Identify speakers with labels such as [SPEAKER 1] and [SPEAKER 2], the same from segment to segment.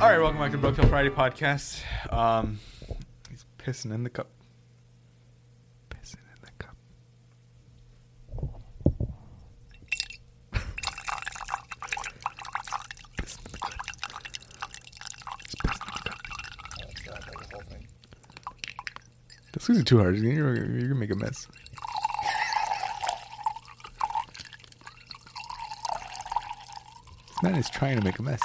[SPEAKER 1] All right, welcome back to Brookhill Friday podcast. Um, he's pissing in the cup. Pissing in the cup. Pissing in the cup. He's pissing in the cup. This is too hard. You're, you're gonna make a mess. This man is trying to make a mess.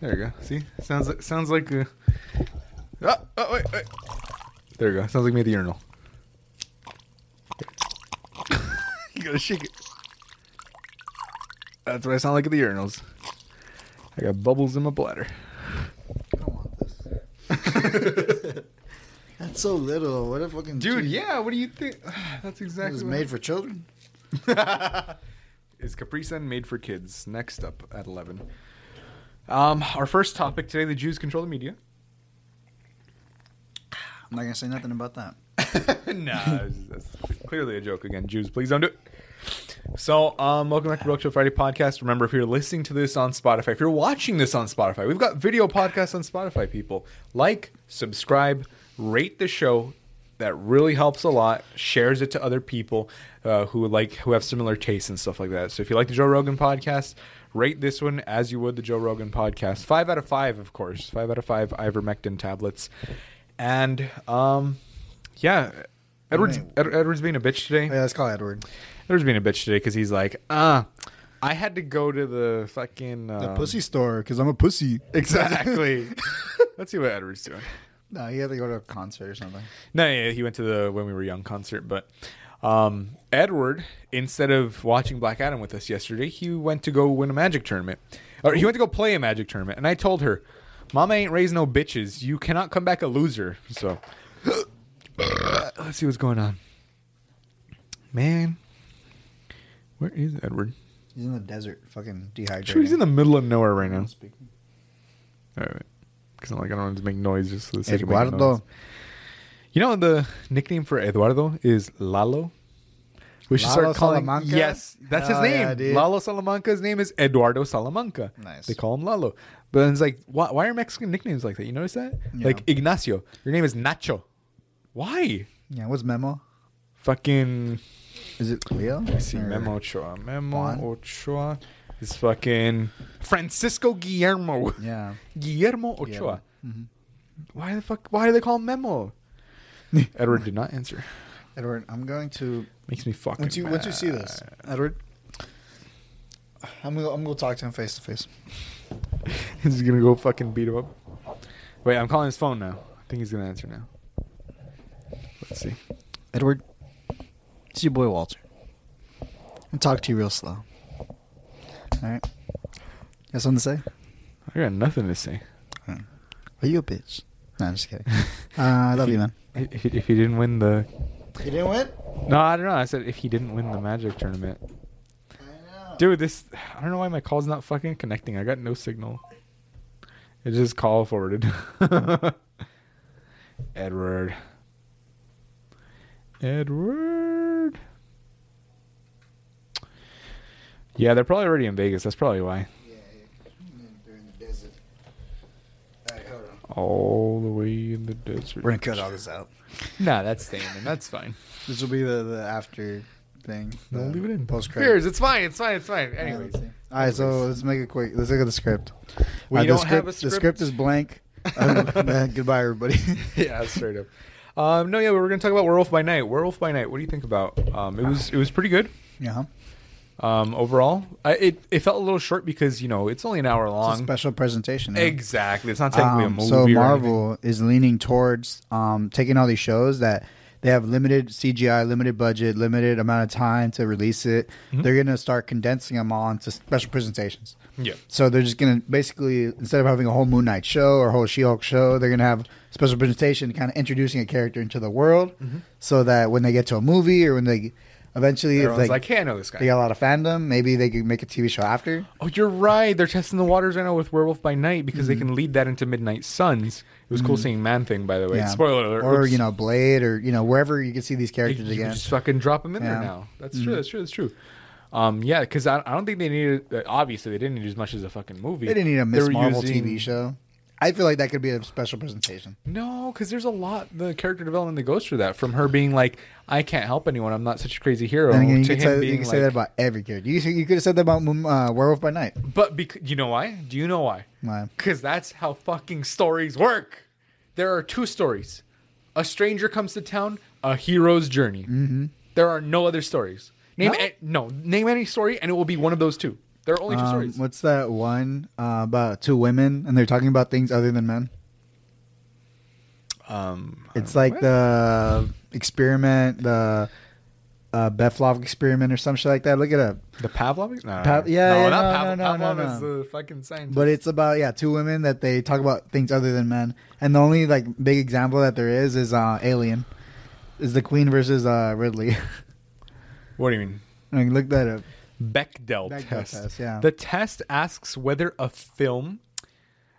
[SPEAKER 1] There you go. See, sounds like sounds like. Uh, oh, oh, wait, wait. There you go. Sounds like me at the urinal. you gotta shake it. That's what I sound like at the urinals. I got bubbles in my bladder.
[SPEAKER 2] I don't want this. That's so little. What a fucking
[SPEAKER 1] Dude, yeah. What do you think? That's
[SPEAKER 2] It
[SPEAKER 1] exactly.
[SPEAKER 2] was
[SPEAKER 1] what-
[SPEAKER 2] made for children.
[SPEAKER 1] Is Capri Sun made for kids? Next up at 11. Um, our first topic today the Jews control the media.
[SPEAKER 2] I'm not gonna say nothing about that.
[SPEAKER 1] nah, that's clearly a joke again. Jews, please don't do it. So, um, welcome back to Broke Show Friday podcast. Remember, if you're listening to this on Spotify, if you're watching this on Spotify, we've got video podcasts on Spotify, people. Like, subscribe, rate the show. That really helps a lot. Shares it to other people uh, who like who have similar tastes and stuff like that. So if you like the Joe Rogan podcast, rate this one as you would the Joe Rogan podcast. Five out of five, of course. Five out of five ivermectin tablets. And um, yeah, Edward's
[SPEAKER 2] Alright.
[SPEAKER 1] Ed- Edward's being a bitch today.
[SPEAKER 2] Yeah, let's call Edward.
[SPEAKER 1] There's been a bitch today because he's like, ah, I had to go to the fucking
[SPEAKER 2] The
[SPEAKER 1] um,
[SPEAKER 2] pussy store, because I'm a pussy.
[SPEAKER 1] Exactly. Let's see what Edward's doing.
[SPEAKER 2] no, he had to go to a concert or something.
[SPEAKER 1] No, yeah, he went to the when we were young concert, but um, Edward, instead of watching Black Adam with us yesterday, he went to go win a magic tournament, or he went to go play a magic tournament, and I told her, "Mama ain't raised no bitches. You cannot come back a loser." So, let's see what's going on, man. Where is Edward?
[SPEAKER 2] He's in the desert, fucking dehydrated.
[SPEAKER 1] Sure, he's in the middle of nowhere right now.
[SPEAKER 2] Speaking.
[SPEAKER 1] All right. Because I'm like, I don't want to make noise just for the sake of making noise.
[SPEAKER 2] Eduardo.
[SPEAKER 1] You know, the nickname for Eduardo is Lalo. We should
[SPEAKER 2] Lalo
[SPEAKER 1] start calling
[SPEAKER 2] Salamanca?
[SPEAKER 1] Yes, that's his
[SPEAKER 2] Hell yeah,
[SPEAKER 1] name.
[SPEAKER 2] dude.
[SPEAKER 1] Lalo Salamanca's name is Eduardo Salamanca.
[SPEAKER 2] Nice.
[SPEAKER 1] They call him Lalo. But then it's like, why, why are Mexican nicknames like that? You notice that?
[SPEAKER 2] Yeah.
[SPEAKER 1] Like Ignacio, your name is Nacho. Why?
[SPEAKER 2] Yeah, what's Memo?
[SPEAKER 1] Fucking
[SPEAKER 2] Is it Leo?
[SPEAKER 1] I see Memo Ochoa. Memo
[SPEAKER 2] Juan.
[SPEAKER 1] Ochoa is fucking Francisco Guillermo.
[SPEAKER 2] Yeah.
[SPEAKER 1] Guillermo Mm-hmm. Ochoa.
[SPEAKER 2] Guillermo. Mhm.
[SPEAKER 1] Why the fuck? Why do they call him Memo? Edward did not answer.
[SPEAKER 2] Edward, I'm going to
[SPEAKER 1] Makes me fucking.
[SPEAKER 2] once you once you see this,
[SPEAKER 1] mad.
[SPEAKER 2] Edward. I'm gonna I'm gonna talk to him face to face.
[SPEAKER 1] he's gonna go fucking beat him up. Wait, I'm calling his phone now. I think he's gonna answer now. Let's see.
[SPEAKER 2] Edward, it's your boy Walter. And talk to you real slow. All right. Got something to say?
[SPEAKER 1] I got nothing to say.
[SPEAKER 2] Are you a bitch? No, I'm just kidding. uh, I love you, man.
[SPEAKER 1] If, if he didn't win the,
[SPEAKER 2] You didn't win.
[SPEAKER 1] no, I don't know. I said if he didn't win the Magic tournament, dude. This I don't know why my call's not fucking connecting. I got no signal. It just call forwarded. Edward. Edward. Yeah, they're probably already in Vegas. That's probably why.
[SPEAKER 2] Yeah, they're in the desert. All right, hold on.
[SPEAKER 1] All the way in the desert.
[SPEAKER 2] We're gonna cut all this out.
[SPEAKER 1] Nah, that's staying in. That's fine.
[SPEAKER 2] This will be the, the after thing.
[SPEAKER 1] No,
[SPEAKER 2] the
[SPEAKER 1] leave it in.
[SPEAKER 2] Post
[SPEAKER 1] Cheers.
[SPEAKER 2] credit.
[SPEAKER 1] It's fine. It's fine. It's fine. Anyways.
[SPEAKER 2] All right, so let's make it quick. Let's look at the script.
[SPEAKER 1] We
[SPEAKER 2] Uh, the
[SPEAKER 1] don't
[SPEAKER 2] script,
[SPEAKER 1] have a
[SPEAKER 2] The
[SPEAKER 1] script.
[SPEAKER 2] script is blank. Um, uh, goodbye, everybody.
[SPEAKER 1] yeah, straight up. Um, no, yeah, we we're gonna talk about Werewolf by Night. Werewolf by Night. What do you think about? Um, it was it was pretty good.
[SPEAKER 2] yeah.
[SPEAKER 1] um, overall. I, it it felt a little short because you know it's only an hour
[SPEAKER 2] It's a
[SPEAKER 1] long.
[SPEAKER 2] special presentation. yeah.
[SPEAKER 1] Exactly, it's not technically
[SPEAKER 2] Um,
[SPEAKER 1] a movie.
[SPEAKER 2] So
[SPEAKER 1] or anything.
[SPEAKER 2] Marvel is leaning towards um, taking all these shows that they have limited CGI, limited budget, limited amount of time to release it.
[SPEAKER 1] Mm-hmm.
[SPEAKER 2] They're going to start condensing them all into special presentations.
[SPEAKER 1] Yeah.
[SPEAKER 2] So they're just going to basically instead of having a whole Moon Knight show or a whole She-Hulk show, they're going to have a special presentation, kind of introducing a character into the world,
[SPEAKER 1] Mm-hmm.
[SPEAKER 2] so that when they get to a movie or when they eventually, if
[SPEAKER 1] Everyone's
[SPEAKER 2] they,
[SPEAKER 1] like, "Hey, I know this guy."
[SPEAKER 2] they got a lot of fandom, maybe they could make a TV show after.
[SPEAKER 1] Oh, you're right. They're testing the waters right now with Werewolf by Night because
[SPEAKER 2] Mm-hmm.
[SPEAKER 1] they can lead that into Midnight Suns. It was cool seeing Man Thing, by the way. Spoiler alert.
[SPEAKER 2] Or
[SPEAKER 1] Oops.
[SPEAKER 2] you know, Blade, or you know, wherever you can see these
[SPEAKER 1] Hey,
[SPEAKER 2] characters
[SPEAKER 1] you can
[SPEAKER 2] again.
[SPEAKER 1] just fucking drop them in there
[SPEAKER 2] Yeah. Mm-hmm.
[SPEAKER 1] now. That's true. That's true. That's true. Um, yeah, because I, I don't think they needed. uh, Obviously, they didn't need as much as a fucking movie.
[SPEAKER 2] They didn't need a
[SPEAKER 1] They
[SPEAKER 2] Miss
[SPEAKER 1] were
[SPEAKER 2] Marvel
[SPEAKER 1] using-
[SPEAKER 2] TV show. I feel like that could be a special presentation.
[SPEAKER 1] No, because there's a lot the character development that goes through that. From her being like, "I can't help anyone. I'm not such a crazy hero,"
[SPEAKER 2] And again, you
[SPEAKER 1] to
[SPEAKER 2] could
[SPEAKER 1] him
[SPEAKER 2] say, you
[SPEAKER 1] being
[SPEAKER 2] could
[SPEAKER 1] like,
[SPEAKER 2] say that about every character. You, you could have said that about Moon- uh, Werewolf by Night.
[SPEAKER 1] "But bec- you know why? Do you know why?
[SPEAKER 2] Why?
[SPEAKER 1] Because that's how fucking stories work. There are two stories: a stranger comes to town, a hero's journey. Mm-hmm. There are no other stories. Name no?
[SPEAKER 2] No?
[SPEAKER 1] no, name any story, and it will be one of those two. There are only two
[SPEAKER 2] Um,
[SPEAKER 1] stories.
[SPEAKER 2] what's that one uh, about two women and they're talking about things other than men?
[SPEAKER 1] Um,
[SPEAKER 2] It's like the experiment, the uh, Beflov experiment or some shit like that. Look it up.
[SPEAKER 1] the Pavlov? No,
[SPEAKER 2] Pa- yeah,
[SPEAKER 1] no, not
[SPEAKER 2] yeah, no,
[SPEAKER 1] Pavlov.
[SPEAKER 2] no, no,
[SPEAKER 1] Pavlov
[SPEAKER 2] no,
[SPEAKER 1] is
[SPEAKER 2] no.
[SPEAKER 1] the fucking scientist.
[SPEAKER 2] But it's about yeah, two women that they talk about things other than men. And the only like big example that there is is uh, Alien, is the Queen versus uh, Ridley.
[SPEAKER 1] what do you mean?
[SPEAKER 2] I mean, look that up.
[SPEAKER 1] Bechdel,
[SPEAKER 2] Bechdel
[SPEAKER 1] test.
[SPEAKER 2] test, yeah.
[SPEAKER 1] The test asks whether a film.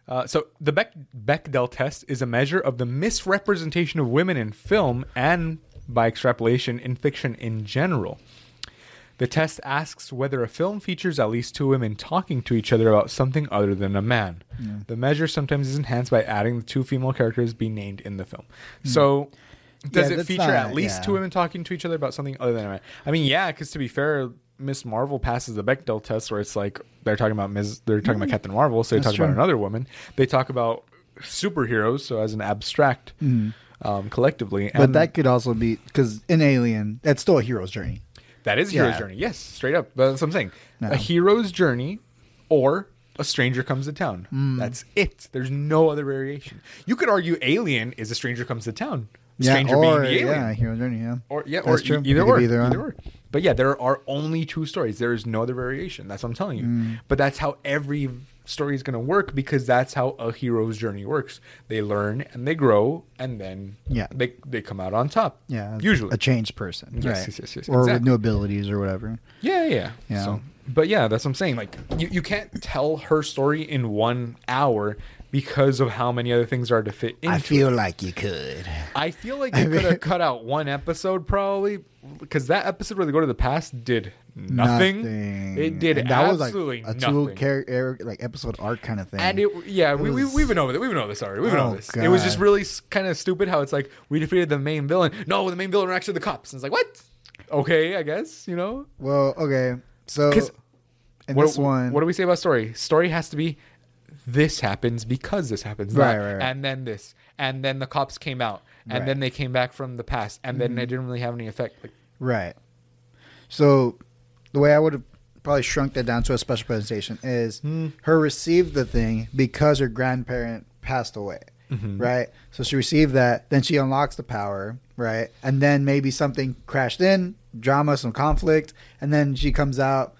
[SPEAKER 1] Uh, so the Beck, Bechdel test is a measure of the misrepresentation of women in film and, by extrapolation, in fiction in general. The test asks whether a film features at least two women talking to each other about something other than a man. The measure sometimes is enhanced by adding the two female characters be named in the film. So, does
[SPEAKER 2] Hmm. Yeah,
[SPEAKER 1] it
[SPEAKER 2] that's
[SPEAKER 1] feature
[SPEAKER 2] not-
[SPEAKER 1] at least
[SPEAKER 2] yeah.
[SPEAKER 1] two women talking to each other about something other than a man? I mean, yeah, because to be fair, Miss Marvel passes the Bechdel test, where it's like they're talking about Ms. They're talking about Captain Marvel, so they
[SPEAKER 2] Mm. That's
[SPEAKER 1] talk about
[SPEAKER 2] true.
[SPEAKER 1] another woman. They talk about superheroes, so as an abstract um, collectively.
[SPEAKER 2] Mm. But
[SPEAKER 1] and-
[SPEAKER 2] that could also be because in Alien, that's still a hero's journey.
[SPEAKER 1] that is a hero's
[SPEAKER 2] Yeah.
[SPEAKER 1] journey. Yes, straight up. That's what I'm saying.
[SPEAKER 2] No.
[SPEAKER 1] A hero's journey or a stranger comes to town.
[SPEAKER 2] Mm.
[SPEAKER 1] That's it. There's no other variation. You could argue Alien is a stranger comes to town. Stranger
[SPEAKER 2] yeah,
[SPEAKER 1] being
[SPEAKER 2] or,
[SPEAKER 1] the alien.
[SPEAKER 2] yeah, hero's journey. Yeah,
[SPEAKER 1] Or yeah,
[SPEAKER 2] That's
[SPEAKER 1] or
[SPEAKER 2] true.
[SPEAKER 1] e-
[SPEAKER 2] It
[SPEAKER 1] either
[SPEAKER 2] could
[SPEAKER 1] or,
[SPEAKER 2] be
[SPEAKER 1] either,
[SPEAKER 2] either or.
[SPEAKER 1] or. But yeah, there are only two stories. There is no other variation. That's what I'm telling you.
[SPEAKER 2] Mm.
[SPEAKER 1] But that's how every story is going to work because that's how a hero's journey works. They learn and they grow, and then
[SPEAKER 2] Yeah.
[SPEAKER 1] they they come out on top.
[SPEAKER 2] yeah,
[SPEAKER 1] usually
[SPEAKER 2] a changed person,
[SPEAKER 1] Yes,
[SPEAKER 2] right?
[SPEAKER 1] yes, yes, yes,
[SPEAKER 2] or with
[SPEAKER 1] exactly.
[SPEAKER 2] new abilities or whatever.
[SPEAKER 1] Yeah, yeah,
[SPEAKER 2] Yeah.
[SPEAKER 1] So, but yeah, that's what I'm saying. Like, you, you can't tell her story in one hour because of how many other things are to fit into.
[SPEAKER 2] I feel like you could.
[SPEAKER 1] it. I feel like they could have cut out one episode probably because that episode where they go to the past did nothing. It did
[SPEAKER 2] And
[SPEAKER 1] absolutely
[SPEAKER 2] was like a
[SPEAKER 1] nothing.
[SPEAKER 2] two character like episode arc kind of thing.
[SPEAKER 1] and it, yeah, we, we,
[SPEAKER 2] was-
[SPEAKER 1] we've been over that. We've been over this already. We've been
[SPEAKER 2] Oh,
[SPEAKER 1] over this. It was just
[SPEAKER 2] God.
[SPEAKER 1] really kind of stupid how it's like, we defeated the main villain. No, the main villain are actually the cops. And it's like, what? Okay, I guess, you know?
[SPEAKER 2] well, okay, so
[SPEAKER 1] 'Cause-
[SPEAKER 2] in
[SPEAKER 1] what,
[SPEAKER 2] this one,
[SPEAKER 1] What do we say about story? Story has to be this happens because this happens.
[SPEAKER 2] Right,
[SPEAKER 1] not,
[SPEAKER 2] right, right.
[SPEAKER 1] And then this. And then the cops came out. And
[SPEAKER 2] Right. Mm-hmm.
[SPEAKER 1] then they came back from the past. And then it didn't really have any effect. Like,
[SPEAKER 2] Right. So the way I would have probably shrunk that down to a special presentation is
[SPEAKER 1] Hmm.
[SPEAKER 2] her received the thing because her grandparent passed away.
[SPEAKER 1] Mm-hmm.
[SPEAKER 2] Right? So she received that, then she unlocks the power, right? And then maybe something crashed in, drama, some conflict, and then she comes out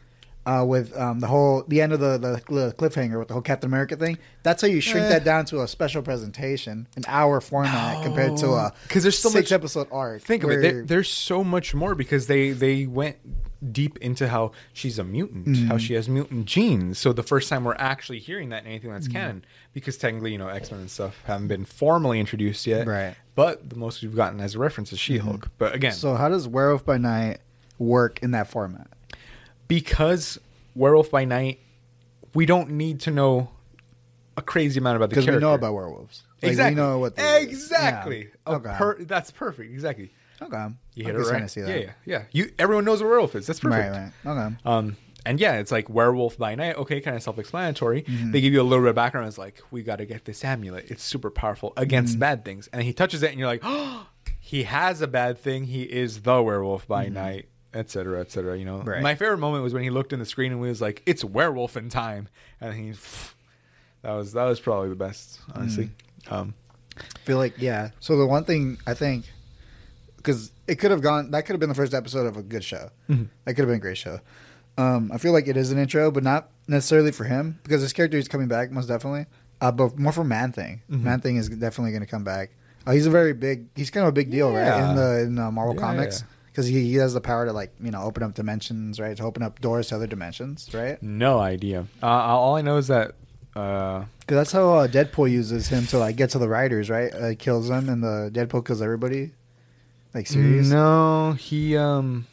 [SPEAKER 2] uh, with um, the whole the end of the, the cl- cliffhanger with the whole Captain America thing. That's how you shrink
[SPEAKER 1] Eh.
[SPEAKER 2] that down to a special presentation, an hour format compared to a
[SPEAKER 1] Oh. 'Cause there's so much-
[SPEAKER 2] six episode arc.
[SPEAKER 1] think of it.
[SPEAKER 2] where-
[SPEAKER 1] There, there's so much more because they they went deep into how she's a mutant,
[SPEAKER 2] Mm-hmm.
[SPEAKER 1] how she has mutant genes. So the first time we're actually hearing that in anything that's
[SPEAKER 2] Mm-hmm.
[SPEAKER 1] canon, because technically, you know, X Men and stuff haven't been formally introduced yet.
[SPEAKER 2] Right. Mm-hmm.
[SPEAKER 1] But the most we've gotten as a reference is She Hulk. But again,
[SPEAKER 2] So how does Werewolf by Night work in that format?
[SPEAKER 1] because Werewolf by Night, we don't need to know a crazy amount about the
[SPEAKER 2] Because
[SPEAKER 1] character.
[SPEAKER 2] we know about werewolves. Like,
[SPEAKER 1] exactly.
[SPEAKER 2] We know what. they do.
[SPEAKER 1] exactly.
[SPEAKER 2] Yeah.
[SPEAKER 1] A
[SPEAKER 2] Okay.
[SPEAKER 1] per- that's perfect. Exactly.
[SPEAKER 2] okay.
[SPEAKER 1] You hit
[SPEAKER 2] I
[SPEAKER 1] it
[SPEAKER 2] just
[SPEAKER 1] right.
[SPEAKER 2] wanna see that.
[SPEAKER 1] Yeah, yeah, yeah. You everyone knows what werewolf is. That's perfect.
[SPEAKER 2] Right. Right. Okay.
[SPEAKER 1] Um, and yeah, it's like werewolf by night. Okay, kind of self-explanatory. They give you a little bit of background. It's like we got to get this amulet. It's super powerful against bad things. And he touches it, and you're like, oh, he has a bad thing. He is the werewolf by night, etc., cetera, etc. Cetera, you know,
[SPEAKER 2] Right.
[SPEAKER 1] my favorite moment was when he looked in the screen and was like, "It's werewolf in time," and he. That was that was probably the best, honestly. Um,
[SPEAKER 2] feel like yeah. So the one thing I think because it could have gone that could have been the first episode of a good show.
[SPEAKER 1] Mm-hmm.
[SPEAKER 2] That could have been a great show. Um, I feel like it is an intro, but not necessarily for him because his character is coming back most definitely. Uh, but more for Man Thing.
[SPEAKER 1] Mm-hmm.
[SPEAKER 2] Man Thing is definitely going to come back. Uh, he's a very big. He's kind of a big deal, right?
[SPEAKER 1] Yeah.
[SPEAKER 2] In the in uh, Marvel
[SPEAKER 1] Yeah,
[SPEAKER 2] comics
[SPEAKER 1] yeah.
[SPEAKER 2] because he, he has the power to like you know open up dimensions, right? To open up doors to other dimensions, right?
[SPEAKER 1] no idea. Uh, all I know is that. Uh,
[SPEAKER 2] Because that's how uh, Deadpool uses him to like get to the writers, right? Uh, kills them, and the Deadpool kills everybody. Like series.
[SPEAKER 1] No, he um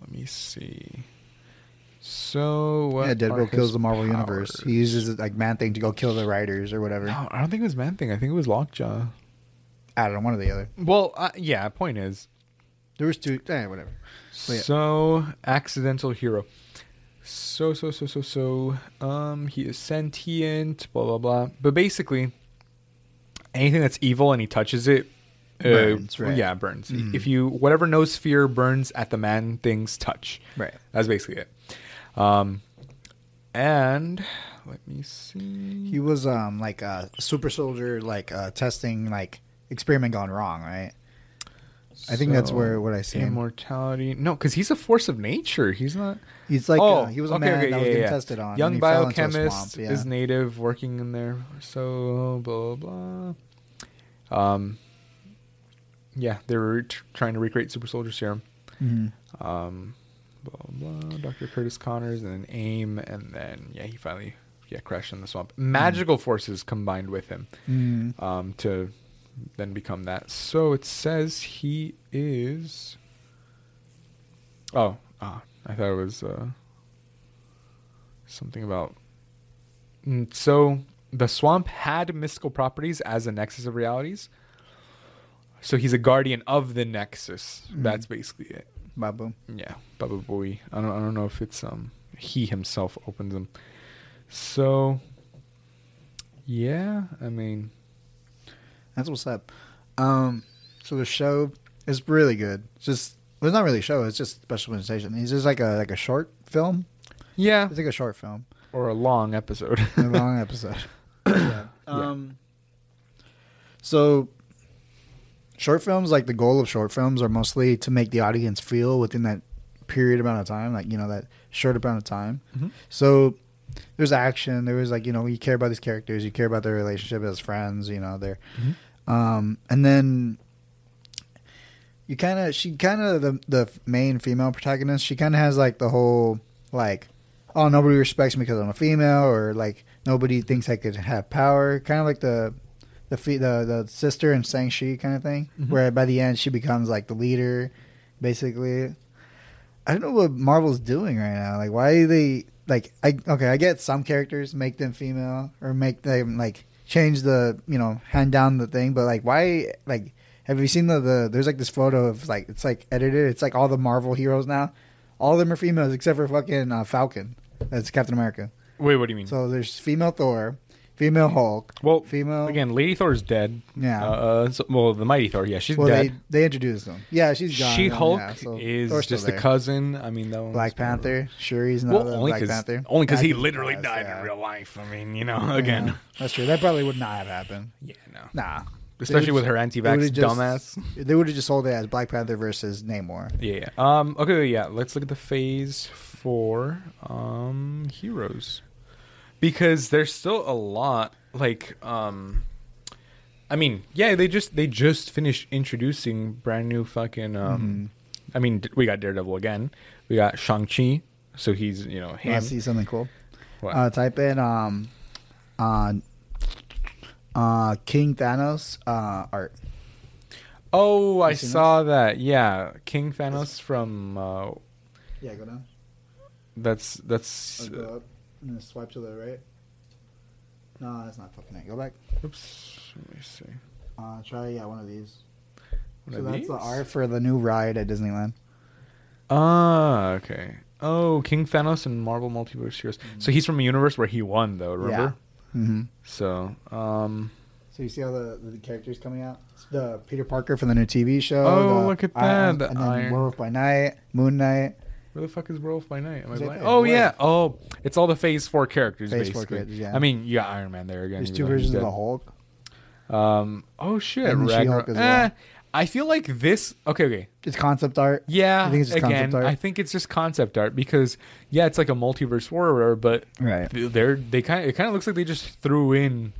[SPEAKER 1] let me see. So what
[SPEAKER 2] yeah,
[SPEAKER 1] are
[SPEAKER 2] Deadpool
[SPEAKER 1] his
[SPEAKER 2] kills the Marvel universe. He
[SPEAKER 1] powers?
[SPEAKER 2] uses it like Man Thing to go kill the writers or whatever.
[SPEAKER 1] No, I don't think it was Man Thing. I think it was Lockjaw.
[SPEAKER 2] I don't know, one or the other.
[SPEAKER 1] Well, uh, yeah. Point is,
[SPEAKER 2] There was two. Eh, whatever. But yeah.
[SPEAKER 1] So accidental hero. So so so so so. Um, he is sentient. Blah blah blah. But basically, anything that's evil and he touches it,
[SPEAKER 2] Burns,
[SPEAKER 1] uh,
[SPEAKER 2] right. Mm.
[SPEAKER 1] Yeah, burns. If you whatever knows fear burns at the man thing's touch.
[SPEAKER 2] Right.
[SPEAKER 1] That's basically it. Um, and let me see.
[SPEAKER 2] He was um like a super soldier, like uh testing like experiment gone wrong, right? I think that's where- what I see him.
[SPEAKER 1] Immortality. No, because he's a force of nature. He's not.
[SPEAKER 2] He's like
[SPEAKER 1] oh,
[SPEAKER 2] uh, he was a
[SPEAKER 1] okay,
[SPEAKER 2] man
[SPEAKER 1] okay,
[SPEAKER 2] that was
[SPEAKER 1] yeah,
[SPEAKER 2] getting
[SPEAKER 1] yeah.
[SPEAKER 2] tested on. and
[SPEAKER 1] Young
[SPEAKER 2] he fell into a
[SPEAKER 1] biochemist
[SPEAKER 2] swamp, yeah.
[SPEAKER 1] is native, working in there. So blah blah. blah. Um. Yeah, they were t- trying to recreate Super Soldier Serum.
[SPEAKER 2] Mhm.
[SPEAKER 1] Um, blah blah. Doctor Curtis Connors and then AIM, and then yeah, he finally yeah crashed in the swamp. Magical forces combined with him
[SPEAKER 2] Mm.
[SPEAKER 1] um, to then become that. So it says he is. Oh, ah, I thought it was uh, something about. Mm, So the swamp had mystical properties as a nexus of realities. So he's a guardian of the nexus. That's basically it.
[SPEAKER 2] Bad boom.
[SPEAKER 1] Yeah, Baba Booey. I don't, I don't know if it's um he himself opens them. So yeah, I mean
[SPEAKER 2] That's what's up. Um, so the show is really good. It's just well, it's not really a show. It's just special presentation. It's just like a like a short film.
[SPEAKER 1] yeah,
[SPEAKER 2] It's like a short film.
[SPEAKER 1] or a long episode.
[SPEAKER 2] A long episode. yeah. Um. So. Short films, like the goal of short films, are mostly to make the audience feel within that period amount of time, like you know that short amount of time.
[SPEAKER 1] Mhm.
[SPEAKER 2] So there's action. There was like you know you care about these characters, you care about their relationship as friends, you know their, um, and then you kind of she kind of the the main female protagonist. She kind of has like the whole like oh nobody respects me because I'm a female or like nobody thinks I could have power. Kind of like the. The, fe- the the sister and Sang Shi kind of thing,
[SPEAKER 1] Mhm.
[SPEAKER 2] where by the end she becomes like the leader, basically. I don't know what Marvel's doing right now. Like, why are they like? I okay, I get some characters make them female or make them like change the you know hand down the thing, but like, why like? Have you seen the, the there's like this photo of like it's like edited. It's like all the Marvel heroes now, all of them are females except for fucking uh, Falcon. That's Captain America.
[SPEAKER 1] Wait, what do you mean?
[SPEAKER 2] So there's female Thor, female Hulk,
[SPEAKER 1] well,
[SPEAKER 2] female.
[SPEAKER 1] again, Lady Thor's dead.
[SPEAKER 2] Yeah.
[SPEAKER 1] Uh, uh, so- well, the Mighty Thor, yeah, she's
[SPEAKER 2] well, they
[SPEAKER 1] dead.
[SPEAKER 2] they introduced them. Yeah, she's gone.
[SPEAKER 1] She Hulk
[SPEAKER 2] Yeah, so
[SPEAKER 1] is
[SPEAKER 2] Thor's still
[SPEAKER 1] just a
[SPEAKER 2] there.
[SPEAKER 1] cousin. I mean, that one
[SPEAKER 2] Black Panther. Shuri's not
[SPEAKER 1] Well,
[SPEAKER 2] the
[SPEAKER 1] only
[SPEAKER 2] Black
[SPEAKER 1] because
[SPEAKER 2] Panther.
[SPEAKER 1] only because
[SPEAKER 2] I
[SPEAKER 1] he
[SPEAKER 2] think
[SPEAKER 1] literally
[SPEAKER 2] was,
[SPEAKER 1] died
[SPEAKER 2] yeah.
[SPEAKER 1] in real life. I mean, you know, again,
[SPEAKER 2] Yeah, that's true. That probably would not have happened.
[SPEAKER 1] yeah, no,
[SPEAKER 2] Nah.
[SPEAKER 1] especially
[SPEAKER 2] They
[SPEAKER 1] with
[SPEAKER 2] would've-
[SPEAKER 1] her
[SPEAKER 2] they would've
[SPEAKER 1] anti-vax
[SPEAKER 2] just-
[SPEAKER 1] dumbass.
[SPEAKER 2] They would have just sold it as Black Panther versus Namor.
[SPEAKER 1] Yeah. yeah. Um. Okay. Yeah. Let's look at the phase four. Um. Heroes, because there's still a lot. Like. Um. I mean, yeah. They just they just finished introducing brand new fucking.
[SPEAKER 2] Mm-hmm.
[SPEAKER 1] Um. I mean, d- we got Daredevil again. We got Shang Chi. So he's you know him.
[SPEAKER 2] I see something cool.
[SPEAKER 1] What?
[SPEAKER 2] Uh, type in um, uh, uh, King Thanos uh, art.
[SPEAKER 1] oh, I
[SPEAKER 2] seen
[SPEAKER 1] saw that. Yeah, King Thanos from. Uh,
[SPEAKER 2] Yeah, go down.
[SPEAKER 1] that's that's.
[SPEAKER 2] up and then swipe to the right. No, that's not fucking it. Go back.
[SPEAKER 1] oops. Let me see.
[SPEAKER 2] Uh, try yeah one of these.
[SPEAKER 1] One
[SPEAKER 2] so
[SPEAKER 1] of
[SPEAKER 2] that's the
[SPEAKER 1] these?
[SPEAKER 2] art for the new ride at Disneyland.
[SPEAKER 1] Ah, okay. Oh, King Thanos and Marvel Multiverse Heroes. So he's from a universe where he won, though. Remember?
[SPEAKER 2] Mm-hmm.
[SPEAKER 1] So, um,
[SPEAKER 2] So you see all the, the characters coming out? The Peter Parker from the new TV show.
[SPEAKER 1] Oh,
[SPEAKER 2] the
[SPEAKER 1] look at that,
[SPEAKER 2] Iron-
[SPEAKER 1] the
[SPEAKER 2] and then
[SPEAKER 1] Iron.
[SPEAKER 2] Werewolf by Night, Moon Knight,
[SPEAKER 1] where the fuck is Werewolf by Night? Am I
[SPEAKER 2] Is that
[SPEAKER 1] blind?
[SPEAKER 2] there?
[SPEAKER 1] Oh
[SPEAKER 2] Where?
[SPEAKER 1] yeah. Oh, it's all the Phase Four characters.
[SPEAKER 2] Phase
[SPEAKER 1] basically.
[SPEAKER 2] four characters, yeah.
[SPEAKER 1] I mean, you got Iron Man there again.
[SPEAKER 2] There's
[SPEAKER 1] even
[SPEAKER 2] two
[SPEAKER 1] though he's
[SPEAKER 2] versions of the
[SPEAKER 1] dead.
[SPEAKER 2] Hulk.
[SPEAKER 1] Um. Oh shit.
[SPEAKER 2] And then
[SPEAKER 1] Ragnarok.
[SPEAKER 2] She-Hulk as well.
[SPEAKER 1] Eh, I feel like this. Okay. Okay.
[SPEAKER 2] It's concept art.
[SPEAKER 1] Yeah.
[SPEAKER 2] I think it's just
[SPEAKER 1] again,
[SPEAKER 2] concept art.
[SPEAKER 1] I think it's just concept art because yeah, it's like a multiverse war, or whatever, but
[SPEAKER 2] Right.
[SPEAKER 1] they're they kind of it kind of looks like they just threw in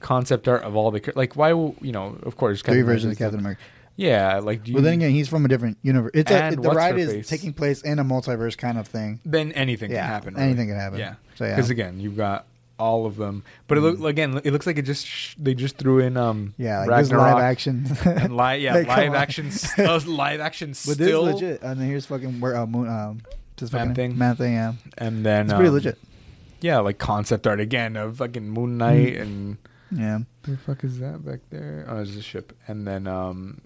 [SPEAKER 1] concept art of all the char- like why w- you know of course
[SPEAKER 2] Three
[SPEAKER 1] Captain
[SPEAKER 2] versions of
[SPEAKER 1] America's-
[SPEAKER 2] Captain America.
[SPEAKER 1] yeah like do you,
[SPEAKER 2] Well, then again, he's from a different universe. It's a,
[SPEAKER 1] And
[SPEAKER 2] the
[SPEAKER 1] what's
[SPEAKER 2] ride
[SPEAKER 1] her
[SPEAKER 2] is
[SPEAKER 1] face?
[SPEAKER 2] taking place in a multiverse kind of thing.
[SPEAKER 1] then anything
[SPEAKER 2] Yeah,
[SPEAKER 1] can happen
[SPEAKER 2] anything can happen.
[SPEAKER 1] yeah
[SPEAKER 2] So, yeah. Mm.
[SPEAKER 1] because again you've got all of them but it look again it looks like it just sh- they just threw in um
[SPEAKER 2] Yeah, like this
[SPEAKER 1] Ragnarok
[SPEAKER 2] live action.
[SPEAKER 1] and li- yeah
[SPEAKER 2] Like, come
[SPEAKER 1] live
[SPEAKER 2] on.
[SPEAKER 1] action st- live action
[SPEAKER 2] But this is
[SPEAKER 1] still
[SPEAKER 2] legit. And then here's fucking where, uh, Moon, um, Just
[SPEAKER 1] Man
[SPEAKER 2] fucking-
[SPEAKER 1] Thing.
[SPEAKER 2] Man thing, yeah.
[SPEAKER 1] and then
[SPEAKER 2] It's pretty
[SPEAKER 1] um,
[SPEAKER 2] legit.
[SPEAKER 1] Yeah, like concept art again of fucking Moon Knight and
[SPEAKER 2] Yeah.
[SPEAKER 1] who the fuck is that back there? Oh, it's a ship, and then um,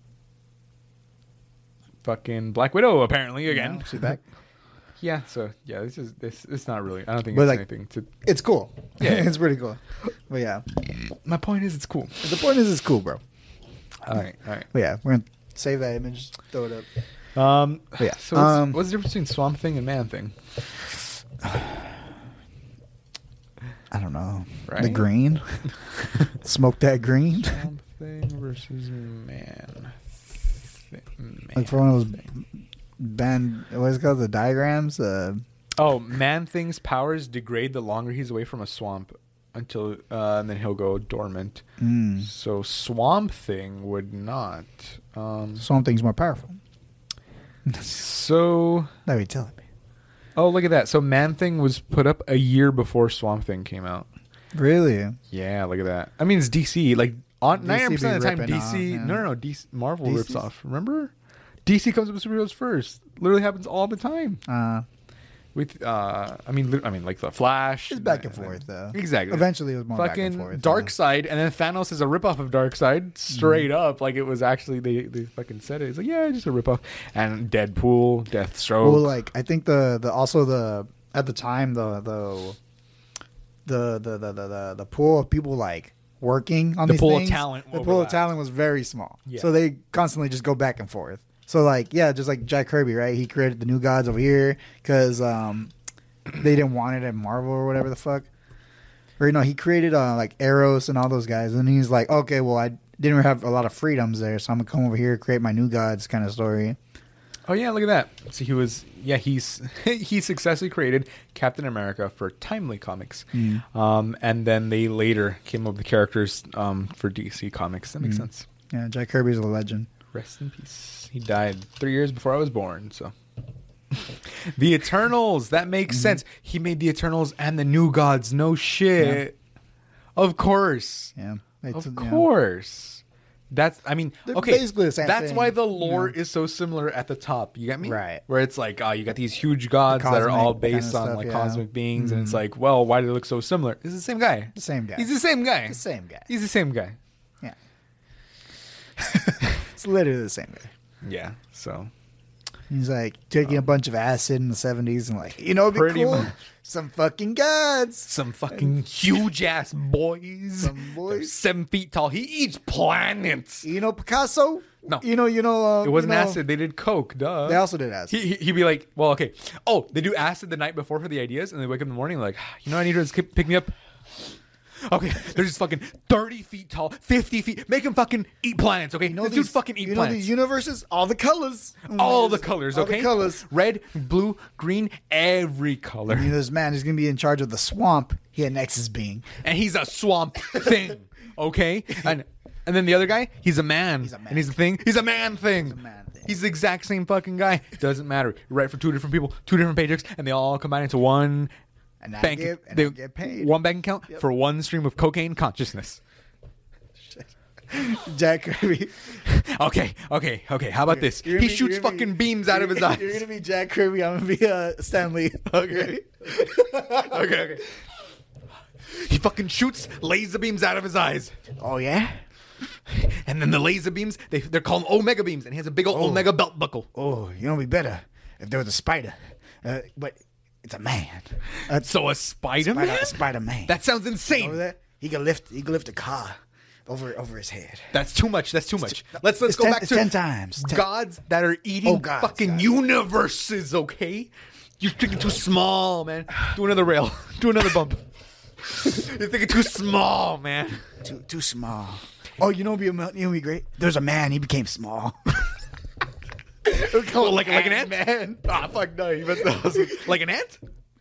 [SPEAKER 1] fucking Black Widow apparently again.
[SPEAKER 2] Yeah, she's back.
[SPEAKER 1] Yeah, so yeah, this is this. It's not really. I don't think
[SPEAKER 2] But,
[SPEAKER 1] it's
[SPEAKER 2] like-
[SPEAKER 1] anything to.
[SPEAKER 2] It's cool.
[SPEAKER 1] Yeah.
[SPEAKER 2] it's pretty cool. But yeah,
[SPEAKER 1] My point is, it's cool.
[SPEAKER 2] the point is, it's cool, bro.
[SPEAKER 1] All right, all right.
[SPEAKER 2] But yeah, we're gonna save that image, throw it up.
[SPEAKER 1] Um,
[SPEAKER 2] yeah,
[SPEAKER 1] So what's,
[SPEAKER 2] um,
[SPEAKER 1] what's the difference between Swamp Thing and Man Thing?
[SPEAKER 2] I don't know. The
[SPEAKER 1] Right?
[SPEAKER 2] green. Smoke that green.
[SPEAKER 1] Swamp Thing versus Man. Thi- man
[SPEAKER 2] like for one of those
[SPEAKER 1] Thing.
[SPEAKER 2] band, what is it called? The diagrams? Uh,
[SPEAKER 1] Oh, Man Thing's powers degrade the longer he's away from a swamp, until uh, and then he'll go dormant.
[SPEAKER 2] mm.
[SPEAKER 1] So Swamp Thing would not. Um,
[SPEAKER 2] Something's more powerful.
[SPEAKER 1] so
[SPEAKER 2] That'd be telling me.
[SPEAKER 1] oh, look at that. So Man Thing was put up a year before Swamp Thing came out.
[SPEAKER 2] Really?
[SPEAKER 1] Yeah, look at that. I mean, it's DC. Like on
[SPEAKER 2] DC
[SPEAKER 1] ninety percent of the
[SPEAKER 2] be
[SPEAKER 1] time,
[SPEAKER 2] ripping
[SPEAKER 1] DC.
[SPEAKER 2] off, yeah.
[SPEAKER 1] No, no, no. DC, Marvel rips
[SPEAKER 2] DC's?
[SPEAKER 1] off. Remember, DC comes up with superheroes first. Literally happens all the time.
[SPEAKER 2] Uh,
[SPEAKER 1] With uh, I mean, lit- I mean, like the Flash.
[SPEAKER 2] it's back and forth, though.
[SPEAKER 1] Exactly.
[SPEAKER 2] Eventually, it was more back and
[SPEAKER 1] Fucking
[SPEAKER 2] forth.
[SPEAKER 1] Dark Side, and then Thanos is a ripoff of Dark Side, straight
[SPEAKER 2] Mm-hmm.
[SPEAKER 1] up. Like it was actually they, they fucking said it. It's like yeah, just a ripoff. And Deadpool, Deathstroke.
[SPEAKER 2] Well, like I think the the also the at the time the the the the the the, the, the pool of people like working on
[SPEAKER 1] The
[SPEAKER 2] these
[SPEAKER 1] pool of
[SPEAKER 2] things,
[SPEAKER 1] talent
[SPEAKER 2] the pool of
[SPEAKER 1] overlapped.
[SPEAKER 2] talent was very small.
[SPEAKER 1] Yeah.
[SPEAKER 2] So they constantly just go back and forth. So like yeah, just like Jack Kirby, right? He created the new gods over here because um, they didn't want it at Marvel or whatever the fuck. Or you know, he created uh, like Eros and all those guys, and he's like, okay, well I didn't have a lot of freedoms there, so I'm gonna come over here create my new gods kind of story.
[SPEAKER 1] oh yeah, look at that. So he was yeah he's he successfully created Captain America for Timely Comics,
[SPEAKER 2] Mm.
[SPEAKER 1] um, and then they later came up with the characters um, for DC Comics. That
[SPEAKER 2] Mm.
[SPEAKER 1] makes sense.
[SPEAKER 2] Yeah, Jack Kirby's a legend.
[SPEAKER 1] Rest in peace. He died three years before I was born, so. the Eternals. That makes
[SPEAKER 2] Mm-hmm.
[SPEAKER 1] sense. He made the Eternals and the New Gods. No shit. Of course.
[SPEAKER 2] Yeah, They
[SPEAKER 1] Of
[SPEAKER 2] took- yeah.
[SPEAKER 1] course. That's. I mean.
[SPEAKER 2] They're
[SPEAKER 1] okay.
[SPEAKER 2] basically the same
[SPEAKER 1] that's
[SPEAKER 2] thing,
[SPEAKER 1] why the lore is so similar at the top. You get me?
[SPEAKER 2] Right.
[SPEAKER 1] Where it's like, oh, you got these huge gods that are
[SPEAKER 2] cosmic
[SPEAKER 1] all
[SPEAKER 2] kinda
[SPEAKER 1] based on
[SPEAKER 2] stuff,
[SPEAKER 1] like
[SPEAKER 2] yeah. Mm-hmm.
[SPEAKER 1] cosmic beings, and it's like, well, why do they look so similar? It's the same guy.
[SPEAKER 2] The same guy.
[SPEAKER 1] He's the same guy.
[SPEAKER 2] The same guy.
[SPEAKER 1] He's the same guy.
[SPEAKER 2] Yeah. it's literally the same guy.
[SPEAKER 1] Yeah. So.
[SPEAKER 2] He's like taking a bunch of acid in the seventies and like, you know, it'd be
[SPEAKER 1] Um, Pretty
[SPEAKER 2] cool.
[SPEAKER 1] much.
[SPEAKER 2] Some fucking gods.
[SPEAKER 1] some fucking huge ass boys.
[SPEAKER 2] Some boys.
[SPEAKER 1] They're seven feet tall. He eats planets.
[SPEAKER 2] You know, Picasso.
[SPEAKER 1] No.
[SPEAKER 2] you know, you know. Um,
[SPEAKER 1] It wasn't
[SPEAKER 2] you know-
[SPEAKER 1] acid. They did coke. Duh.
[SPEAKER 2] They also did acid.
[SPEAKER 1] He, he, he'd be like, well, okay. Oh, they do acid the night before for the ideas, and they wake up in the morning like, "Ah, you know, what I need to just pick me up. Okay, they're just fucking thirty feet tall, fifty feet. Make them fucking eat planets. Okay,
[SPEAKER 2] you know
[SPEAKER 1] this dude
[SPEAKER 2] these-
[SPEAKER 1] fucking eat
[SPEAKER 2] you know
[SPEAKER 1] planets.
[SPEAKER 2] these universes, all the colors,
[SPEAKER 1] all the colors.
[SPEAKER 2] all
[SPEAKER 1] Okay,
[SPEAKER 2] the colors.
[SPEAKER 1] Red, blue, green, every color.
[SPEAKER 2] You know, this man is gonna be in charge of the swamp. He had Nexus being.
[SPEAKER 1] and he's a swamp thing. Okay, and and then the other guy, he's a man,
[SPEAKER 2] a man.
[SPEAKER 1] and he's a thing. He's a man thing. He's,
[SPEAKER 2] man thing.
[SPEAKER 1] the exact same fucking guy. Doesn't matter. You write for two different people, two different paychecks, and they all combine into one
[SPEAKER 2] And I
[SPEAKER 1] bank.
[SPEAKER 2] give- and I get paid.
[SPEAKER 1] One bank account for one stream of cocaine consciousness.
[SPEAKER 2] Jack Kirby.
[SPEAKER 1] Okay, okay, okay. How about this?
[SPEAKER 2] You're
[SPEAKER 1] He
[SPEAKER 2] gonna be-
[SPEAKER 1] shoots
[SPEAKER 2] you're gonna be-
[SPEAKER 1] fucking beams out of his
[SPEAKER 2] you're-
[SPEAKER 1] eyes.
[SPEAKER 2] You're gonna be Jack Kirby. I'm gonna be uh, Stanley. Okay.
[SPEAKER 1] okay, okay. He fucking shoots laser beams out of his eyes.
[SPEAKER 2] Oh yeah.
[SPEAKER 1] And then the laser beams, they, they're called Omega beams, and he has a big old Omega belt buckle.
[SPEAKER 2] Oh, you know, it'd be better if there was a spider, uh, but it's a man. A
[SPEAKER 1] So a Spider Man?
[SPEAKER 2] spider, Spider Man.
[SPEAKER 1] That sounds
[SPEAKER 2] over
[SPEAKER 1] insane.
[SPEAKER 2] there. He could lift. He could lift a car over over his head.
[SPEAKER 1] That's too much. That's too much. Let's let's
[SPEAKER 2] it's
[SPEAKER 1] go
[SPEAKER 2] ten-
[SPEAKER 1] back
[SPEAKER 2] it's
[SPEAKER 1] to
[SPEAKER 2] ten times. Ten-
[SPEAKER 1] gods that are eating
[SPEAKER 2] Oh, gods,
[SPEAKER 1] fucking
[SPEAKER 2] gods.
[SPEAKER 1] universes. Okay, you're thinking too small, man. Do another rail. Do another bump. you're thinking too small, man.
[SPEAKER 2] Too too small. Oh, you know, it'd be a, mil- you know, it'd be great. There's a man. He became small.
[SPEAKER 1] Well, like like an ant, man. Ah, fuck no. You messed that up. like an ant.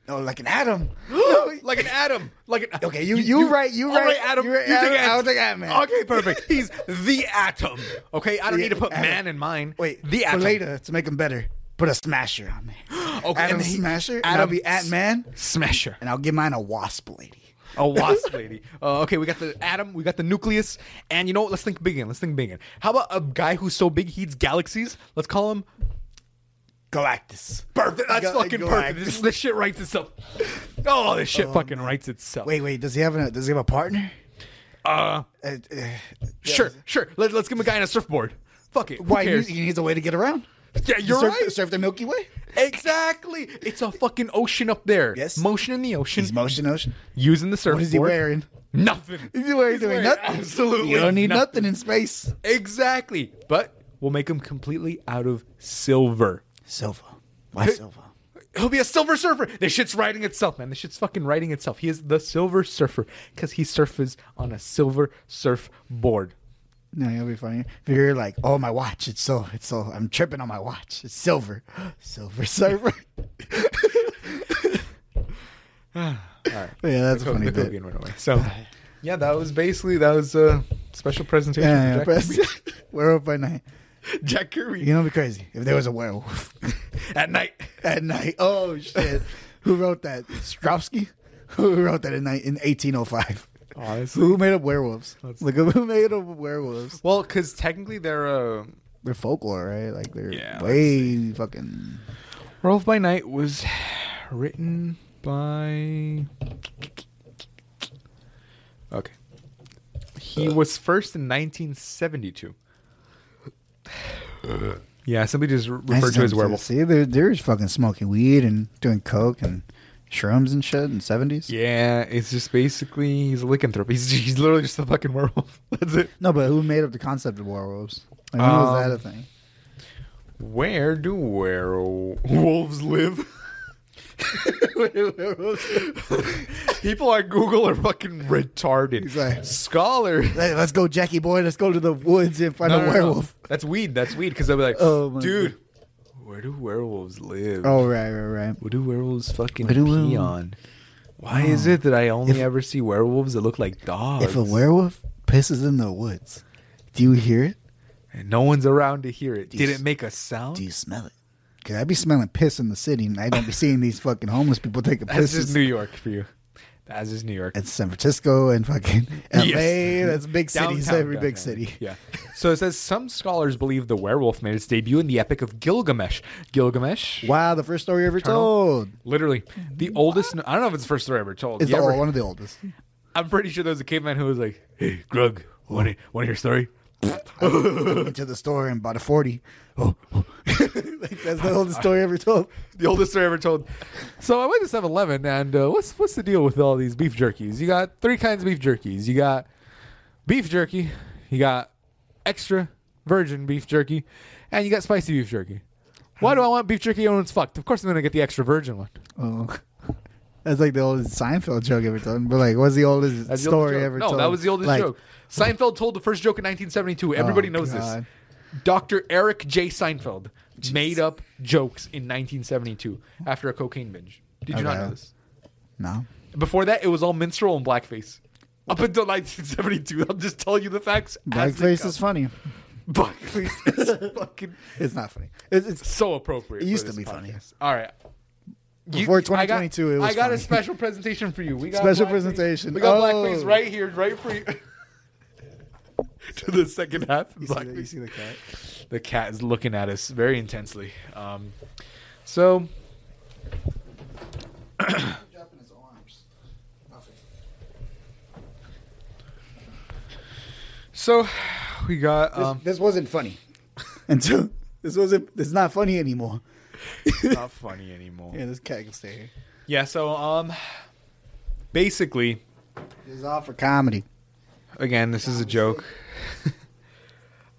[SPEAKER 2] oh, like an atom.
[SPEAKER 1] like an atom. Like an
[SPEAKER 2] Okay, you- you right, you
[SPEAKER 1] All
[SPEAKER 2] right,
[SPEAKER 1] Adam.
[SPEAKER 2] you right,
[SPEAKER 1] you
[SPEAKER 2] Adam,
[SPEAKER 1] think
[SPEAKER 2] I'll
[SPEAKER 1] ant.
[SPEAKER 2] take ant, man.
[SPEAKER 1] Okay, perfect. He's the atom. Okay, I don't
[SPEAKER 2] The
[SPEAKER 1] need to put
[SPEAKER 2] atom.
[SPEAKER 1] man in mine.
[SPEAKER 2] Wait,
[SPEAKER 1] the
[SPEAKER 2] for
[SPEAKER 1] atom.
[SPEAKER 2] later to make him better. Put a smasher on me.
[SPEAKER 1] Okay,
[SPEAKER 2] Atom
[SPEAKER 1] and he-
[SPEAKER 2] smasher. and
[SPEAKER 1] Atom
[SPEAKER 2] I'll be Ant Man,
[SPEAKER 1] Smasher.
[SPEAKER 2] and I'll give mine a wasp lady.
[SPEAKER 1] A wasp lady. Uh, okay, we got the atom, we got the nucleus, and you know what? Let's think big again. Let's think big again. How about a guy who's so big he eats galaxies? Let's call him
[SPEAKER 2] Galactus.
[SPEAKER 1] Perfect. That's
[SPEAKER 2] Ga-
[SPEAKER 1] fucking perfect.
[SPEAKER 2] Galactus.
[SPEAKER 1] This, this shit writes itself. Oh, this shit fucking writes itself.
[SPEAKER 2] Um, Wait, wait. Does he have a Does he have a partner?
[SPEAKER 1] Uh,
[SPEAKER 2] Uh, uh,
[SPEAKER 1] sure, sure. Let, let's give him a guy on a surfboard. Fuck it. Who
[SPEAKER 2] why he,
[SPEAKER 1] cares?
[SPEAKER 2] he needs a way to get around?
[SPEAKER 1] yeah, you're
[SPEAKER 2] surf,
[SPEAKER 1] right.
[SPEAKER 2] Surf the Milky Way.
[SPEAKER 1] Exactly. It's a fucking ocean up there.
[SPEAKER 2] Yes.
[SPEAKER 1] Motion in the ocean.
[SPEAKER 2] He's motion ocean.
[SPEAKER 1] using the surfboard.
[SPEAKER 2] What is he wearing?
[SPEAKER 1] Nothing.
[SPEAKER 2] Is he wearing,
[SPEAKER 1] He's wearing
[SPEAKER 2] doing nothing?
[SPEAKER 1] absolutely
[SPEAKER 2] You don't need
[SPEAKER 1] nothing.
[SPEAKER 2] nothing in space.
[SPEAKER 1] Exactly. But we'll make him completely out of silver.
[SPEAKER 2] Silva. Why Silva?
[SPEAKER 1] He'll be a silver surfer. This shit's writing itself, man. This shit's fucking writing itself. He is the silver surfer because he surfs on a silver surfboard.
[SPEAKER 2] No, you'll be fine. If you're like, oh, my watch, it's so, it's so, I'm tripping on my watch. It's silver, silver server.
[SPEAKER 1] All right.
[SPEAKER 2] But yeah, that's a
[SPEAKER 1] Co-
[SPEAKER 2] funny
[SPEAKER 1] the
[SPEAKER 2] bit.
[SPEAKER 1] Kogan went away. So, yeah, that was basically that was a special presentation.
[SPEAKER 2] Yeah,
[SPEAKER 1] for
[SPEAKER 2] yeah,
[SPEAKER 1] Jack,
[SPEAKER 2] press. werewolf by night.
[SPEAKER 1] Kirby. Jack Kirby
[SPEAKER 2] You know, it'd be crazy if there was a werewolf
[SPEAKER 1] at night.
[SPEAKER 2] at night. Oh shit, who wrote that? Strofsky. Who wrote that at night in 1805?
[SPEAKER 1] Honestly.
[SPEAKER 2] Who made up werewolves? Look at who made up werewolves.
[SPEAKER 1] Well, because technically they're uh,
[SPEAKER 2] They're folklore, right? Like they're
[SPEAKER 1] Yeah, let's
[SPEAKER 2] way fucking.
[SPEAKER 1] Rolf by Night was written by. Okay. He was first in 1972. Uh. Yeah, somebody just re- referred to his werewolf.
[SPEAKER 2] See, they're they're just fucking smoking weed and doing coke and shrooms and shit in the 70s.
[SPEAKER 1] Yeah, it's just basically he's a lycanthrope. He's, he's literally just a fucking werewolf. That's it.
[SPEAKER 2] No, but who made up the concept of werewolves? Like, when was
[SPEAKER 1] Um,
[SPEAKER 2] that a thing?
[SPEAKER 1] Where do werewolves live? People at Google are fucking retarded.
[SPEAKER 2] He's like-
[SPEAKER 1] Scholars.
[SPEAKER 2] Hey, let's go, Jackie boy. Let's go to the woods and find
[SPEAKER 1] No,
[SPEAKER 2] a
[SPEAKER 1] no, no.
[SPEAKER 2] werewolf.
[SPEAKER 1] That's weed. That's weed. Because they'll be like,
[SPEAKER 2] Oh, my
[SPEAKER 1] dude, where do werewolves live?
[SPEAKER 2] Oh, right, right, right.
[SPEAKER 1] Where do werewolves fucking
[SPEAKER 2] Where do
[SPEAKER 1] pee
[SPEAKER 2] werewolves- Oh.
[SPEAKER 1] on? Why is it that I only
[SPEAKER 2] If-
[SPEAKER 1] ever see werewolves that look like dogs?
[SPEAKER 2] If a werewolf pisses in the woods, do you hear it?
[SPEAKER 1] and no one's around to hear it,
[SPEAKER 2] Do you
[SPEAKER 1] did
[SPEAKER 2] s-
[SPEAKER 1] it make a sound?
[SPEAKER 2] Do you smell it? Because I'd be smelling piss in the city and I don't be seeing these fucking homeless people taking
[SPEAKER 1] That's just
[SPEAKER 2] pisses.
[SPEAKER 1] New York for you. That's just New York.
[SPEAKER 2] It's San Francisco and fucking LA.
[SPEAKER 1] Yes.
[SPEAKER 2] That's big cities,
[SPEAKER 1] Downtown,
[SPEAKER 2] every big
[SPEAKER 1] downtown.
[SPEAKER 2] city.
[SPEAKER 1] Yeah. So it says some scholars believe the werewolf made its debut in the Epic of Gilgamesh. Gilgamesh,
[SPEAKER 2] Wow, the first story ever told.
[SPEAKER 1] literally the oldest. I don't know if it's the first story ever told.
[SPEAKER 2] It's
[SPEAKER 1] You
[SPEAKER 2] the,
[SPEAKER 1] ever-
[SPEAKER 2] old- one of the oldest.
[SPEAKER 1] I'm pretty sure there was a caveman who was like, "Hey, Grug, want to want to hear a story?"
[SPEAKER 2] Went to the store and bought a 40. Oh. like, that's the oldest story ever told.
[SPEAKER 1] The oldest story ever told. So I went to 7-Eleven, and uh, what's what's the deal with all these beef jerkies? You got three kinds of beef jerkies. You got beef jerky, you got extra virgin beef jerky, and you got spicy beef jerky. Why do I want beef jerky when it's fucked? Of course, I'm gonna get the extra virgin one.
[SPEAKER 2] Oh. That's like the oldest Seinfeld joke ever told. But like, what's the oldest
[SPEAKER 1] That's the
[SPEAKER 2] story
[SPEAKER 1] oldest joke.
[SPEAKER 2] ever
[SPEAKER 1] no,
[SPEAKER 2] told?
[SPEAKER 1] that was the oldest
[SPEAKER 2] Like, Oh,
[SPEAKER 1] joke. Seinfeld told the first joke in 1972. Everybody knows
[SPEAKER 2] God.
[SPEAKER 1] this. Dr. Eric J. Seinfeld made up jokes in 1972 after a cocaine binge. Did you not
[SPEAKER 2] Okay.
[SPEAKER 1] know this?
[SPEAKER 2] No.
[SPEAKER 1] Before that, it was all minstrel and blackface. Up until 1972, I'll just tell you the facts. as they
[SPEAKER 2] Blackface
[SPEAKER 1] come.
[SPEAKER 2] is funny.
[SPEAKER 1] blackface is fucking
[SPEAKER 2] It's not funny. It's, it's
[SPEAKER 1] so appropriate.
[SPEAKER 2] It
[SPEAKER 1] for
[SPEAKER 2] used to
[SPEAKER 1] this
[SPEAKER 2] be funny.
[SPEAKER 1] podcast. All right. You-
[SPEAKER 2] Before
[SPEAKER 1] I got-
[SPEAKER 2] 2022, it was
[SPEAKER 1] I got a
[SPEAKER 2] funny.
[SPEAKER 1] special presentation for you. We got
[SPEAKER 2] Special
[SPEAKER 1] blackface-
[SPEAKER 2] presentation.
[SPEAKER 1] We got
[SPEAKER 2] Oh.
[SPEAKER 1] blackface right here, right for you. to the second half.
[SPEAKER 2] You see the-
[SPEAKER 1] blackface.
[SPEAKER 2] you see the cat?
[SPEAKER 1] The cat is looking at us very intensely. Um, so
[SPEAKER 2] dropping his arms.
[SPEAKER 1] so we got
[SPEAKER 2] This,
[SPEAKER 1] um,
[SPEAKER 2] this wasn't funny until this wasn't. It's not funny anymore.
[SPEAKER 1] not funny anymore.
[SPEAKER 2] Yeah, this cat can stay here.
[SPEAKER 1] Yeah, so um basically
[SPEAKER 2] This is all for comedy.
[SPEAKER 1] again, this is a joke.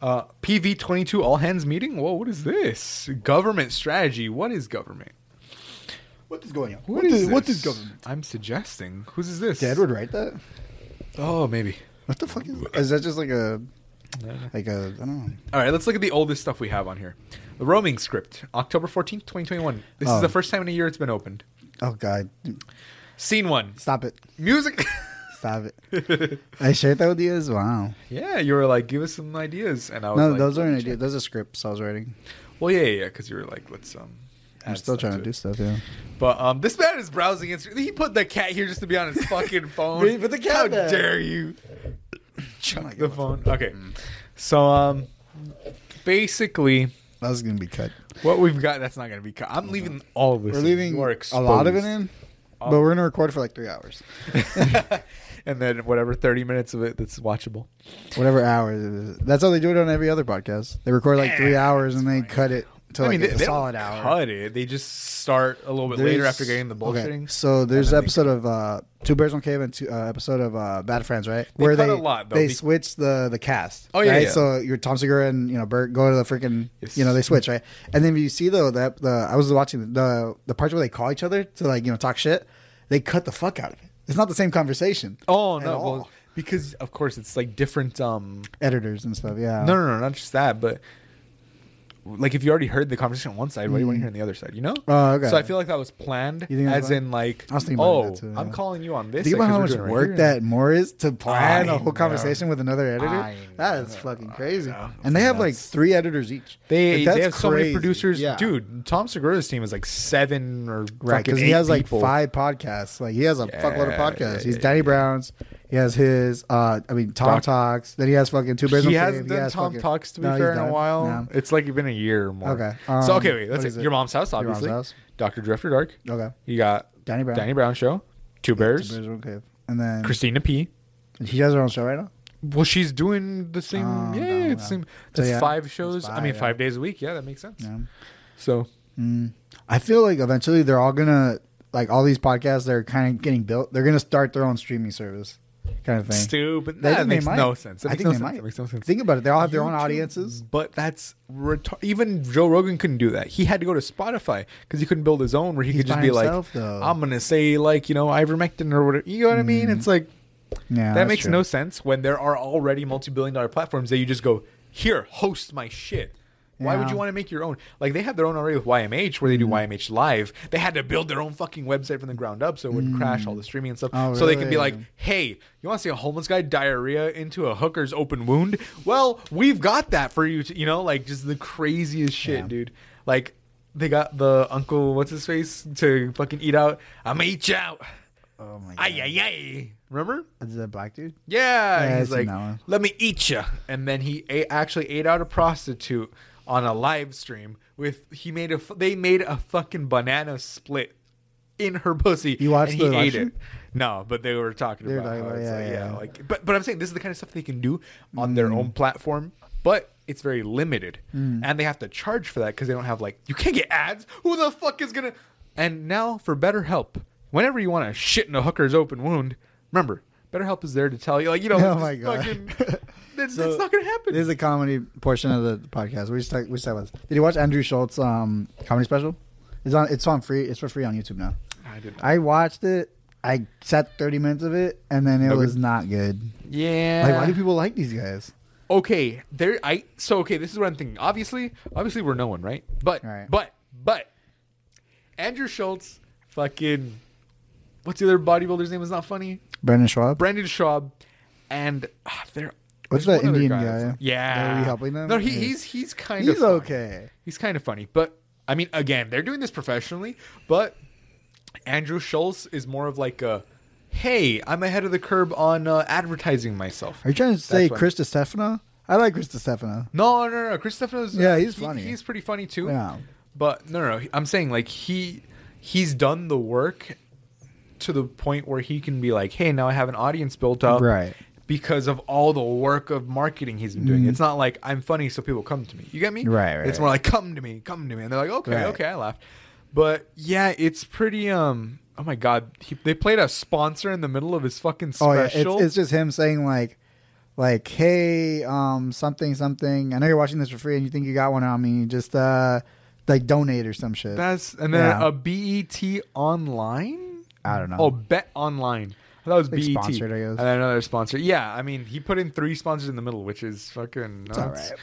[SPEAKER 1] uh PV22 all hands meeting? Whoa, what is this? Government strategy. What is government?
[SPEAKER 2] What is going on?
[SPEAKER 1] What is this? I'm suggesting. Whose is this?
[SPEAKER 2] Dad would write that.
[SPEAKER 1] Oh, maybe.
[SPEAKER 2] What the fuck is? Is that just like a like a I don't know?
[SPEAKER 1] All right, let's look at the oldest stuff we have on here. The roaming script, October 14th, 2021. This
[SPEAKER 2] Oh.
[SPEAKER 1] is the first time in a year it's been opened.
[SPEAKER 2] Oh God!
[SPEAKER 1] Scene 1.
[SPEAKER 2] Stop it!
[SPEAKER 1] Music.
[SPEAKER 2] Stop it! I shared that with you as wow.
[SPEAKER 1] yeah, you were like, give us some ideas and I was
[SPEAKER 2] No,
[SPEAKER 1] like,
[SPEAKER 2] those aren't
[SPEAKER 1] check.
[SPEAKER 2] ideas. Those are scripts I was writing.
[SPEAKER 1] Well, yeah, yeah, yeah, cuz you were like, let's um
[SPEAKER 2] I'm
[SPEAKER 1] add
[SPEAKER 2] still
[SPEAKER 1] stuff
[SPEAKER 2] trying to
[SPEAKER 1] it.
[SPEAKER 2] do stuff. Yeah.
[SPEAKER 1] But um, this man is browsing Instagram. He put the cat here just to be on his fucking phone.
[SPEAKER 2] Really? Put the cat
[SPEAKER 1] How
[SPEAKER 2] there.
[SPEAKER 1] dare you?
[SPEAKER 2] Oh my
[SPEAKER 1] Chuck
[SPEAKER 2] God,
[SPEAKER 1] the
[SPEAKER 2] what's
[SPEAKER 1] phone. Okay. So um, basically,
[SPEAKER 2] That was gonna be cut.
[SPEAKER 1] What we've got, that's not going to be. Cut. I'm leaving all of this.
[SPEAKER 2] We're
[SPEAKER 1] in.
[SPEAKER 2] leaving
[SPEAKER 1] You are
[SPEAKER 2] a lot of it
[SPEAKER 1] exposed.
[SPEAKER 2] in, but we're gonna record for like three hours,
[SPEAKER 1] and then whatever 30 minutes of it that's watchable.
[SPEAKER 2] whatever hours. It is. That's how they do it on every other podcast. They record like three
[SPEAKER 1] Yeah,
[SPEAKER 2] hours and they cut it to like
[SPEAKER 1] they,
[SPEAKER 2] a
[SPEAKER 1] they
[SPEAKER 2] solid
[SPEAKER 1] don't
[SPEAKER 2] hour.
[SPEAKER 1] cut it. They just start a little bit later
[SPEAKER 2] There's-
[SPEAKER 1] after getting the
[SPEAKER 2] okay,
[SPEAKER 1] bullshitting.
[SPEAKER 2] So there's
[SPEAKER 1] then
[SPEAKER 2] an
[SPEAKER 1] they
[SPEAKER 2] episode of uh, Two Bears One Cave and two, uh, episode of uh, Bad Friends, right?
[SPEAKER 1] They cut a lot, though,
[SPEAKER 2] they
[SPEAKER 1] be-
[SPEAKER 2] switch the the cast.
[SPEAKER 1] Oh, yeah,
[SPEAKER 2] right?
[SPEAKER 1] yeah.
[SPEAKER 2] So your Tom Segura and you know Bert go to the freaking
[SPEAKER 1] Yes.
[SPEAKER 2] you know they switch right, and then you see though that the I was watching the the parts where they call each other to like you know talk shit. They cut the fuck out of it. It's not the same conversation.
[SPEAKER 1] Oh
[SPEAKER 2] at
[SPEAKER 1] no, well,
[SPEAKER 2] all.
[SPEAKER 1] because of course it's like different. Um,
[SPEAKER 2] editors and stuff. Yeah.
[SPEAKER 1] no, no, no, not just that, but like if you already heard the conversation on one side, what do you want to hear on the other side? You know?
[SPEAKER 2] Mm. Oh, okay.
[SPEAKER 1] So I feel like that was planned,
[SPEAKER 2] You think that
[SPEAKER 1] as
[SPEAKER 2] was
[SPEAKER 1] in like,
[SPEAKER 2] I was thinking about
[SPEAKER 1] oh,
[SPEAKER 2] that too,
[SPEAKER 1] I'm
[SPEAKER 2] yeah.
[SPEAKER 1] calling you on this.
[SPEAKER 2] Think
[SPEAKER 1] side
[SPEAKER 2] about how
[SPEAKER 1] 'cause we're doing it
[SPEAKER 2] much
[SPEAKER 1] right
[SPEAKER 2] work
[SPEAKER 1] here.
[SPEAKER 2] that more is to plan
[SPEAKER 1] I
[SPEAKER 2] a whole
[SPEAKER 1] know.
[SPEAKER 2] conversation with another editor.
[SPEAKER 1] I
[SPEAKER 2] That is
[SPEAKER 1] know.
[SPEAKER 2] fucking crazy.
[SPEAKER 1] I know.
[SPEAKER 2] And they have like
[SPEAKER 1] That's-
[SPEAKER 2] three editors each.
[SPEAKER 1] They,
[SPEAKER 2] Like, that's
[SPEAKER 1] they have so many
[SPEAKER 2] crazy.
[SPEAKER 1] producers,
[SPEAKER 2] Yeah.
[SPEAKER 1] dude. Tom Segura's team is like seven or
[SPEAKER 2] Right,
[SPEAKER 1] because
[SPEAKER 2] because he has like
[SPEAKER 1] people.
[SPEAKER 2] five podcasts. Like he has a
[SPEAKER 1] Yeah,
[SPEAKER 2] fuckload of podcasts.
[SPEAKER 1] yeah,
[SPEAKER 2] He's
[SPEAKER 1] yeah,
[SPEAKER 2] Danny Brown's. He has his. uh I mean, Tom
[SPEAKER 1] Doc-
[SPEAKER 2] talks. Then he has fucking two bears.
[SPEAKER 1] He
[SPEAKER 2] on
[SPEAKER 1] hasn't
[SPEAKER 2] Cave.
[SPEAKER 1] done
[SPEAKER 2] has
[SPEAKER 1] Tom
[SPEAKER 2] fucking-
[SPEAKER 1] Talks to be
[SPEAKER 2] No, he's
[SPEAKER 1] fair in a
[SPEAKER 2] done.
[SPEAKER 1] while.
[SPEAKER 2] No.
[SPEAKER 1] It's like been a year or more.
[SPEAKER 2] Okay,
[SPEAKER 1] so
[SPEAKER 2] um,
[SPEAKER 1] okay, wait. Let's
[SPEAKER 2] what is
[SPEAKER 1] see.
[SPEAKER 2] it?
[SPEAKER 1] Your mom's house,
[SPEAKER 2] Mom's
[SPEAKER 1] obviously.
[SPEAKER 2] House.
[SPEAKER 1] Doctor Drifter Dark.
[SPEAKER 2] Okay,
[SPEAKER 1] You got
[SPEAKER 2] Danny Brown.
[SPEAKER 1] Danny Brown show. Two Bears.
[SPEAKER 2] Two bears on Cave. And then
[SPEAKER 1] Christina P.
[SPEAKER 2] he has her own show right now.
[SPEAKER 1] Well, she's doing the same.
[SPEAKER 2] Oh,
[SPEAKER 1] yeah,
[SPEAKER 2] no,
[SPEAKER 1] yeah,
[SPEAKER 2] no.
[SPEAKER 1] it's same.
[SPEAKER 2] So,
[SPEAKER 1] That's
[SPEAKER 2] yeah,
[SPEAKER 1] five
[SPEAKER 2] it's
[SPEAKER 1] shows. I
[SPEAKER 2] five,
[SPEAKER 1] mean,
[SPEAKER 2] yeah.
[SPEAKER 1] five days a week. Yeah, that makes sense.
[SPEAKER 2] Yeah.
[SPEAKER 1] So
[SPEAKER 2] Mm. I feel like eventually they're all gonna like all these podcasts. They're kind of getting built. They're gonna start their own streaming service, kind of thing.
[SPEAKER 1] stupid.
[SPEAKER 2] They-
[SPEAKER 1] That
[SPEAKER 2] they
[SPEAKER 1] makes
[SPEAKER 2] might.
[SPEAKER 1] no sense. That
[SPEAKER 2] I
[SPEAKER 1] makes
[SPEAKER 2] think
[SPEAKER 1] no
[SPEAKER 2] they
[SPEAKER 1] sense.
[SPEAKER 2] might.
[SPEAKER 1] That makes no sense.
[SPEAKER 2] Think about it. They all have their own
[SPEAKER 1] YouTube,
[SPEAKER 2] audiences.
[SPEAKER 1] But that's retar- even Joe Rogan couldn't do that. He had to go to Spotify because he couldn't build his own where he could just
[SPEAKER 2] by
[SPEAKER 1] be
[SPEAKER 2] himself,
[SPEAKER 1] like,
[SPEAKER 2] though. Mm-hmm.
[SPEAKER 1] "I'm gonna say like you know ivermectin or whatever." You know what I mean? It's like
[SPEAKER 2] Yeah,
[SPEAKER 1] that
[SPEAKER 2] that's
[SPEAKER 1] makes
[SPEAKER 2] true.
[SPEAKER 1] no sense when there are already multi-billion-dollar platforms that you just go here, host my shit. Why would
[SPEAKER 2] Yeah. Mm-hmm.
[SPEAKER 1] you want to make your own? Like they have their own already with YMH, where they do YMH live. They had to build their own fucking website from the ground up, so it wouldn't crash all the streaming and stuff.
[SPEAKER 2] Oh,
[SPEAKER 1] So they could be
[SPEAKER 2] really?
[SPEAKER 1] like, "Hey, you want to see a homeless guy diarrhea into a hooker's open wound? Well, we've got that for you. To, you know, like just the craziest shit,
[SPEAKER 2] Yeah.
[SPEAKER 1] dude. Like they got the uncle, what's his face, to fucking eat out. I'm gonna eat you out.
[SPEAKER 2] Oh my god.
[SPEAKER 1] Ay ay ay. Remember?
[SPEAKER 2] Is that black dude?
[SPEAKER 1] Yeah,
[SPEAKER 2] Yeah,
[SPEAKER 1] he's
[SPEAKER 2] I've seen
[SPEAKER 1] like,
[SPEAKER 2] that one.
[SPEAKER 1] "Let me eat you," and then he ate, actually ate out a prostitute on a live stream with he made a f- they made a fucking banana split in her pussy.
[SPEAKER 2] You watched
[SPEAKER 1] and
[SPEAKER 2] the
[SPEAKER 1] he
[SPEAKER 2] live
[SPEAKER 1] ate
[SPEAKER 2] stream?
[SPEAKER 1] it. No, but they were talking
[SPEAKER 2] They were
[SPEAKER 1] about,
[SPEAKER 2] talking
[SPEAKER 1] how
[SPEAKER 2] about-
[SPEAKER 1] it's
[SPEAKER 2] yeah,
[SPEAKER 1] like,
[SPEAKER 2] yeah, Mm. yeah.
[SPEAKER 1] like but but I'm saying this is the kind of stuff they can do on their own platform, but. It's very limited,
[SPEAKER 2] Mm.
[SPEAKER 1] and they have to charge for that because they don't have like you can't get ads. Who the fuck is gonna? And now for BetterHelp, whenever you want to shit in a hooker's open wound, remember BetterHelp is there to tell you like you know
[SPEAKER 2] Oh
[SPEAKER 1] it's
[SPEAKER 2] my God.
[SPEAKER 1] fucking- it's,
[SPEAKER 2] So,
[SPEAKER 1] it's not gonna happen.
[SPEAKER 2] This is a comedy portion of the podcast. We just talk, we just talk about this. Did you watch Andrew Schultz um comedy special? It's on it's on free it's for free on YouTube now.
[SPEAKER 1] I did not.
[SPEAKER 2] I watched it. I sat thirty minutes of it and then it
[SPEAKER 1] No
[SPEAKER 2] was
[SPEAKER 1] good?
[SPEAKER 2] not good.
[SPEAKER 1] yeah.
[SPEAKER 2] Like why do people like these guys?
[SPEAKER 1] okay, there. I so okay. This is what I'm thinking. Obviously, obviously we're no one, right? But
[SPEAKER 2] Right.
[SPEAKER 1] but but Andrew Schultz, fucking, what's the other bodybuilder's name? Is not funny.
[SPEAKER 2] Brendan Schwab?
[SPEAKER 1] Brandon Schaub, and ah, there.
[SPEAKER 2] What's
[SPEAKER 1] there's
[SPEAKER 2] that
[SPEAKER 1] one other
[SPEAKER 2] Indian
[SPEAKER 1] that's
[SPEAKER 2] guy?
[SPEAKER 1] like- Yeah,
[SPEAKER 2] Are we helping them?
[SPEAKER 1] No, he,
[SPEAKER 2] Yeah.
[SPEAKER 1] he's he's kind of
[SPEAKER 2] He's okay.
[SPEAKER 1] He's kind of funny, but I mean, again, they're doing this professionally. But Andrew Schultz is more of like a, hey, I'm ahead of the curb on uh, advertising myself.
[SPEAKER 2] Are you trying to say
[SPEAKER 1] funny.
[SPEAKER 2] Chris Stefano? I like Chris Stefano.
[SPEAKER 1] No, no, no. Chris Stefano's
[SPEAKER 2] Yeah, he's
[SPEAKER 1] he-
[SPEAKER 2] funny.
[SPEAKER 1] He's pretty funny too.
[SPEAKER 2] Yeah.
[SPEAKER 1] But no, no, no. I'm saying like he he's done the work to the point where he can be like, hey, now I have an audience built up,
[SPEAKER 2] Right. Mm-hmm.
[SPEAKER 1] Because of all the work of marketing he's been doing. It's not like I'm funny, so people come to me. You get me?
[SPEAKER 2] Right, right,
[SPEAKER 1] It's more like come to me, come to me, and they're like, okay,
[SPEAKER 2] Right.
[SPEAKER 1] okay, I laughed. But yeah, it's pretty. Um. Oh my god, he, they played a sponsor in the middle of his fucking
[SPEAKER 2] Oh
[SPEAKER 1] special.
[SPEAKER 2] yeah, it's, it's just him saying like, like, hey, um, something, something. I know you're watching this for free, and you think you got one on me. Just uh, like donate or some shit.
[SPEAKER 1] That's and then
[SPEAKER 2] Yeah.
[SPEAKER 1] a BET online.
[SPEAKER 2] I don't know.
[SPEAKER 1] Oh, bet online. I thought it was
[SPEAKER 2] Like
[SPEAKER 1] BET.
[SPEAKER 2] sponsored, I guess.
[SPEAKER 1] And then another sponsor. Yeah, I mean, he put in three sponsors in the middle, which is fucking nuts.
[SPEAKER 2] all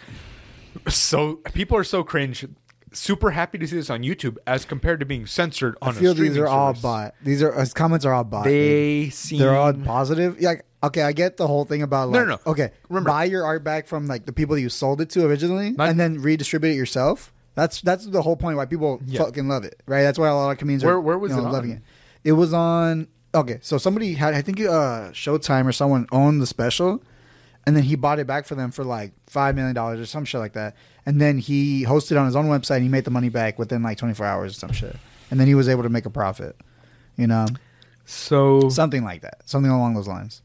[SPEAKER 1] So people are so cringe. Super happy to see this on YouTube as compared to being censored on
[SPEAKER 2] I feel
[SPEAKER 1] a streaming
[SPEAKER 2] these are all
[SPEAKER 1] service.
[SPEAKER 2] bot. These are his comments are all bot. dude.
[SPEAKER 1] They seem
[SPEAKER 2] They're all positive. Yeah, Like, okay, I get the whole thing about
[SPEAKER 1] No,
[SPEAKER 2] like,
[SPEAKER 1] no, no.
[SPEAKER 2] okay,
[SPEAKER 1] Remember-
[SPEAKER 2] buy your art back from like the people you sold it to originally,
[SPEAKER 1] Not-
[SPEAKER 2] and then redistribute it yourself. That's that's the whole point why people
[SPEAKER 1] Yeah.
[SPEAKER 2] fucking love it, right? That's why a lot of comedians
[SPEAKER 1] Where-
[SPEAKER 2] are
[SPEAKER 1] where was
[SPEAKER 2] you know,
[SPEAKER 1] it
[SPEAKER 2] loving
[SPEAKER 1] on?
[SPEAKER 2] it. It was on okay. So somebody had I think uh, Showtime or someone owned the special, and then he bought it back for them for like five million dollars or some shit like that. And then he hosted on his own website and he made the money back within like 24 hours or some shit. And then he was able to make a profit, you know,
[SPEAKER 1] So,
[SPEAKER 2] something like that, something along those lines.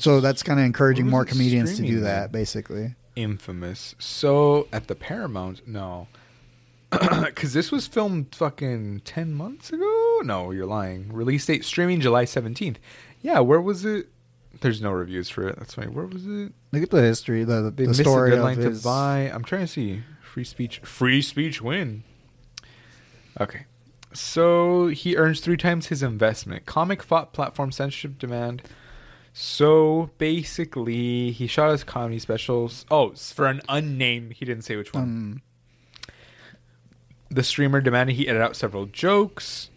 [SPEAKER 2] So that's kind of encouraging
[SPEAKER 1] What
[SPEAKER 2] more
[SPEAKER 1] was it
[SPEAKER 2] comedians to do
[SPEAKER 1] streaming then?
[SPEAKER 2] that, basically.
[SPEAKER 1] infamous. So at the Paramount, no, because this was filmed fucking ten months ago. No, you're lying. Release date streaming July seventeenth. Yeah, where was it? There's no reviews for it. That's funny. Where was it?
[SPEAKER 2] Look at the history, the, the,
[SPEAKER 1] They missed
[SPEAKER 2] story
[SPEAKER 1] the deadline
[SPEAKER 2] of his,
[SPEAKER 1] to buy. I'm trying to see free speech. Free speech win. Okay. So he earns three times his investment. Comic fought platform censorship demand. So basically, he shot his comedy specials. Oh, it's for an unnamed. He didn't say which one.
[SPEAKER 2] um,
[SPEAKER 1] The streamer demanded he edit out several jokes.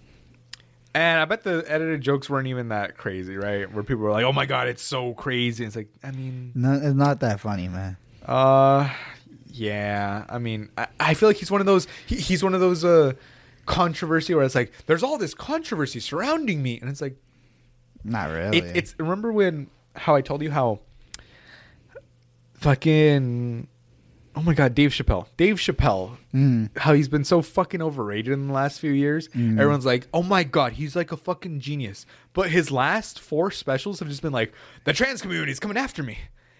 [SPEAKER 1] And I bet the edited jokes weren't even that crazy, right? Where people were like, "Oh my god, it's so crazy." It's like, I mean,
[SPEAKER 2] no, it's not that funny, man.
[SPEAKER 1] uh, yeah. I mean, I, I feel like he's one of those. He, he's one of those uh, controversy where it's like there's all this controversy surrounding me, and it's like
[SPEAKER 2] Not really.
[SPEAKER 1] it, it's. Remember when how I told you how fucking oh my god, Dave Chappelle, Dave Chappelle,
[SPEAKER 2] Mm.
[SPEAKER 1] how he's been so fucking overrated in the last few years. Everyone's like, oh my god, he's like a fucking genius. But his last four specials have just been like, the trans community is coming after me.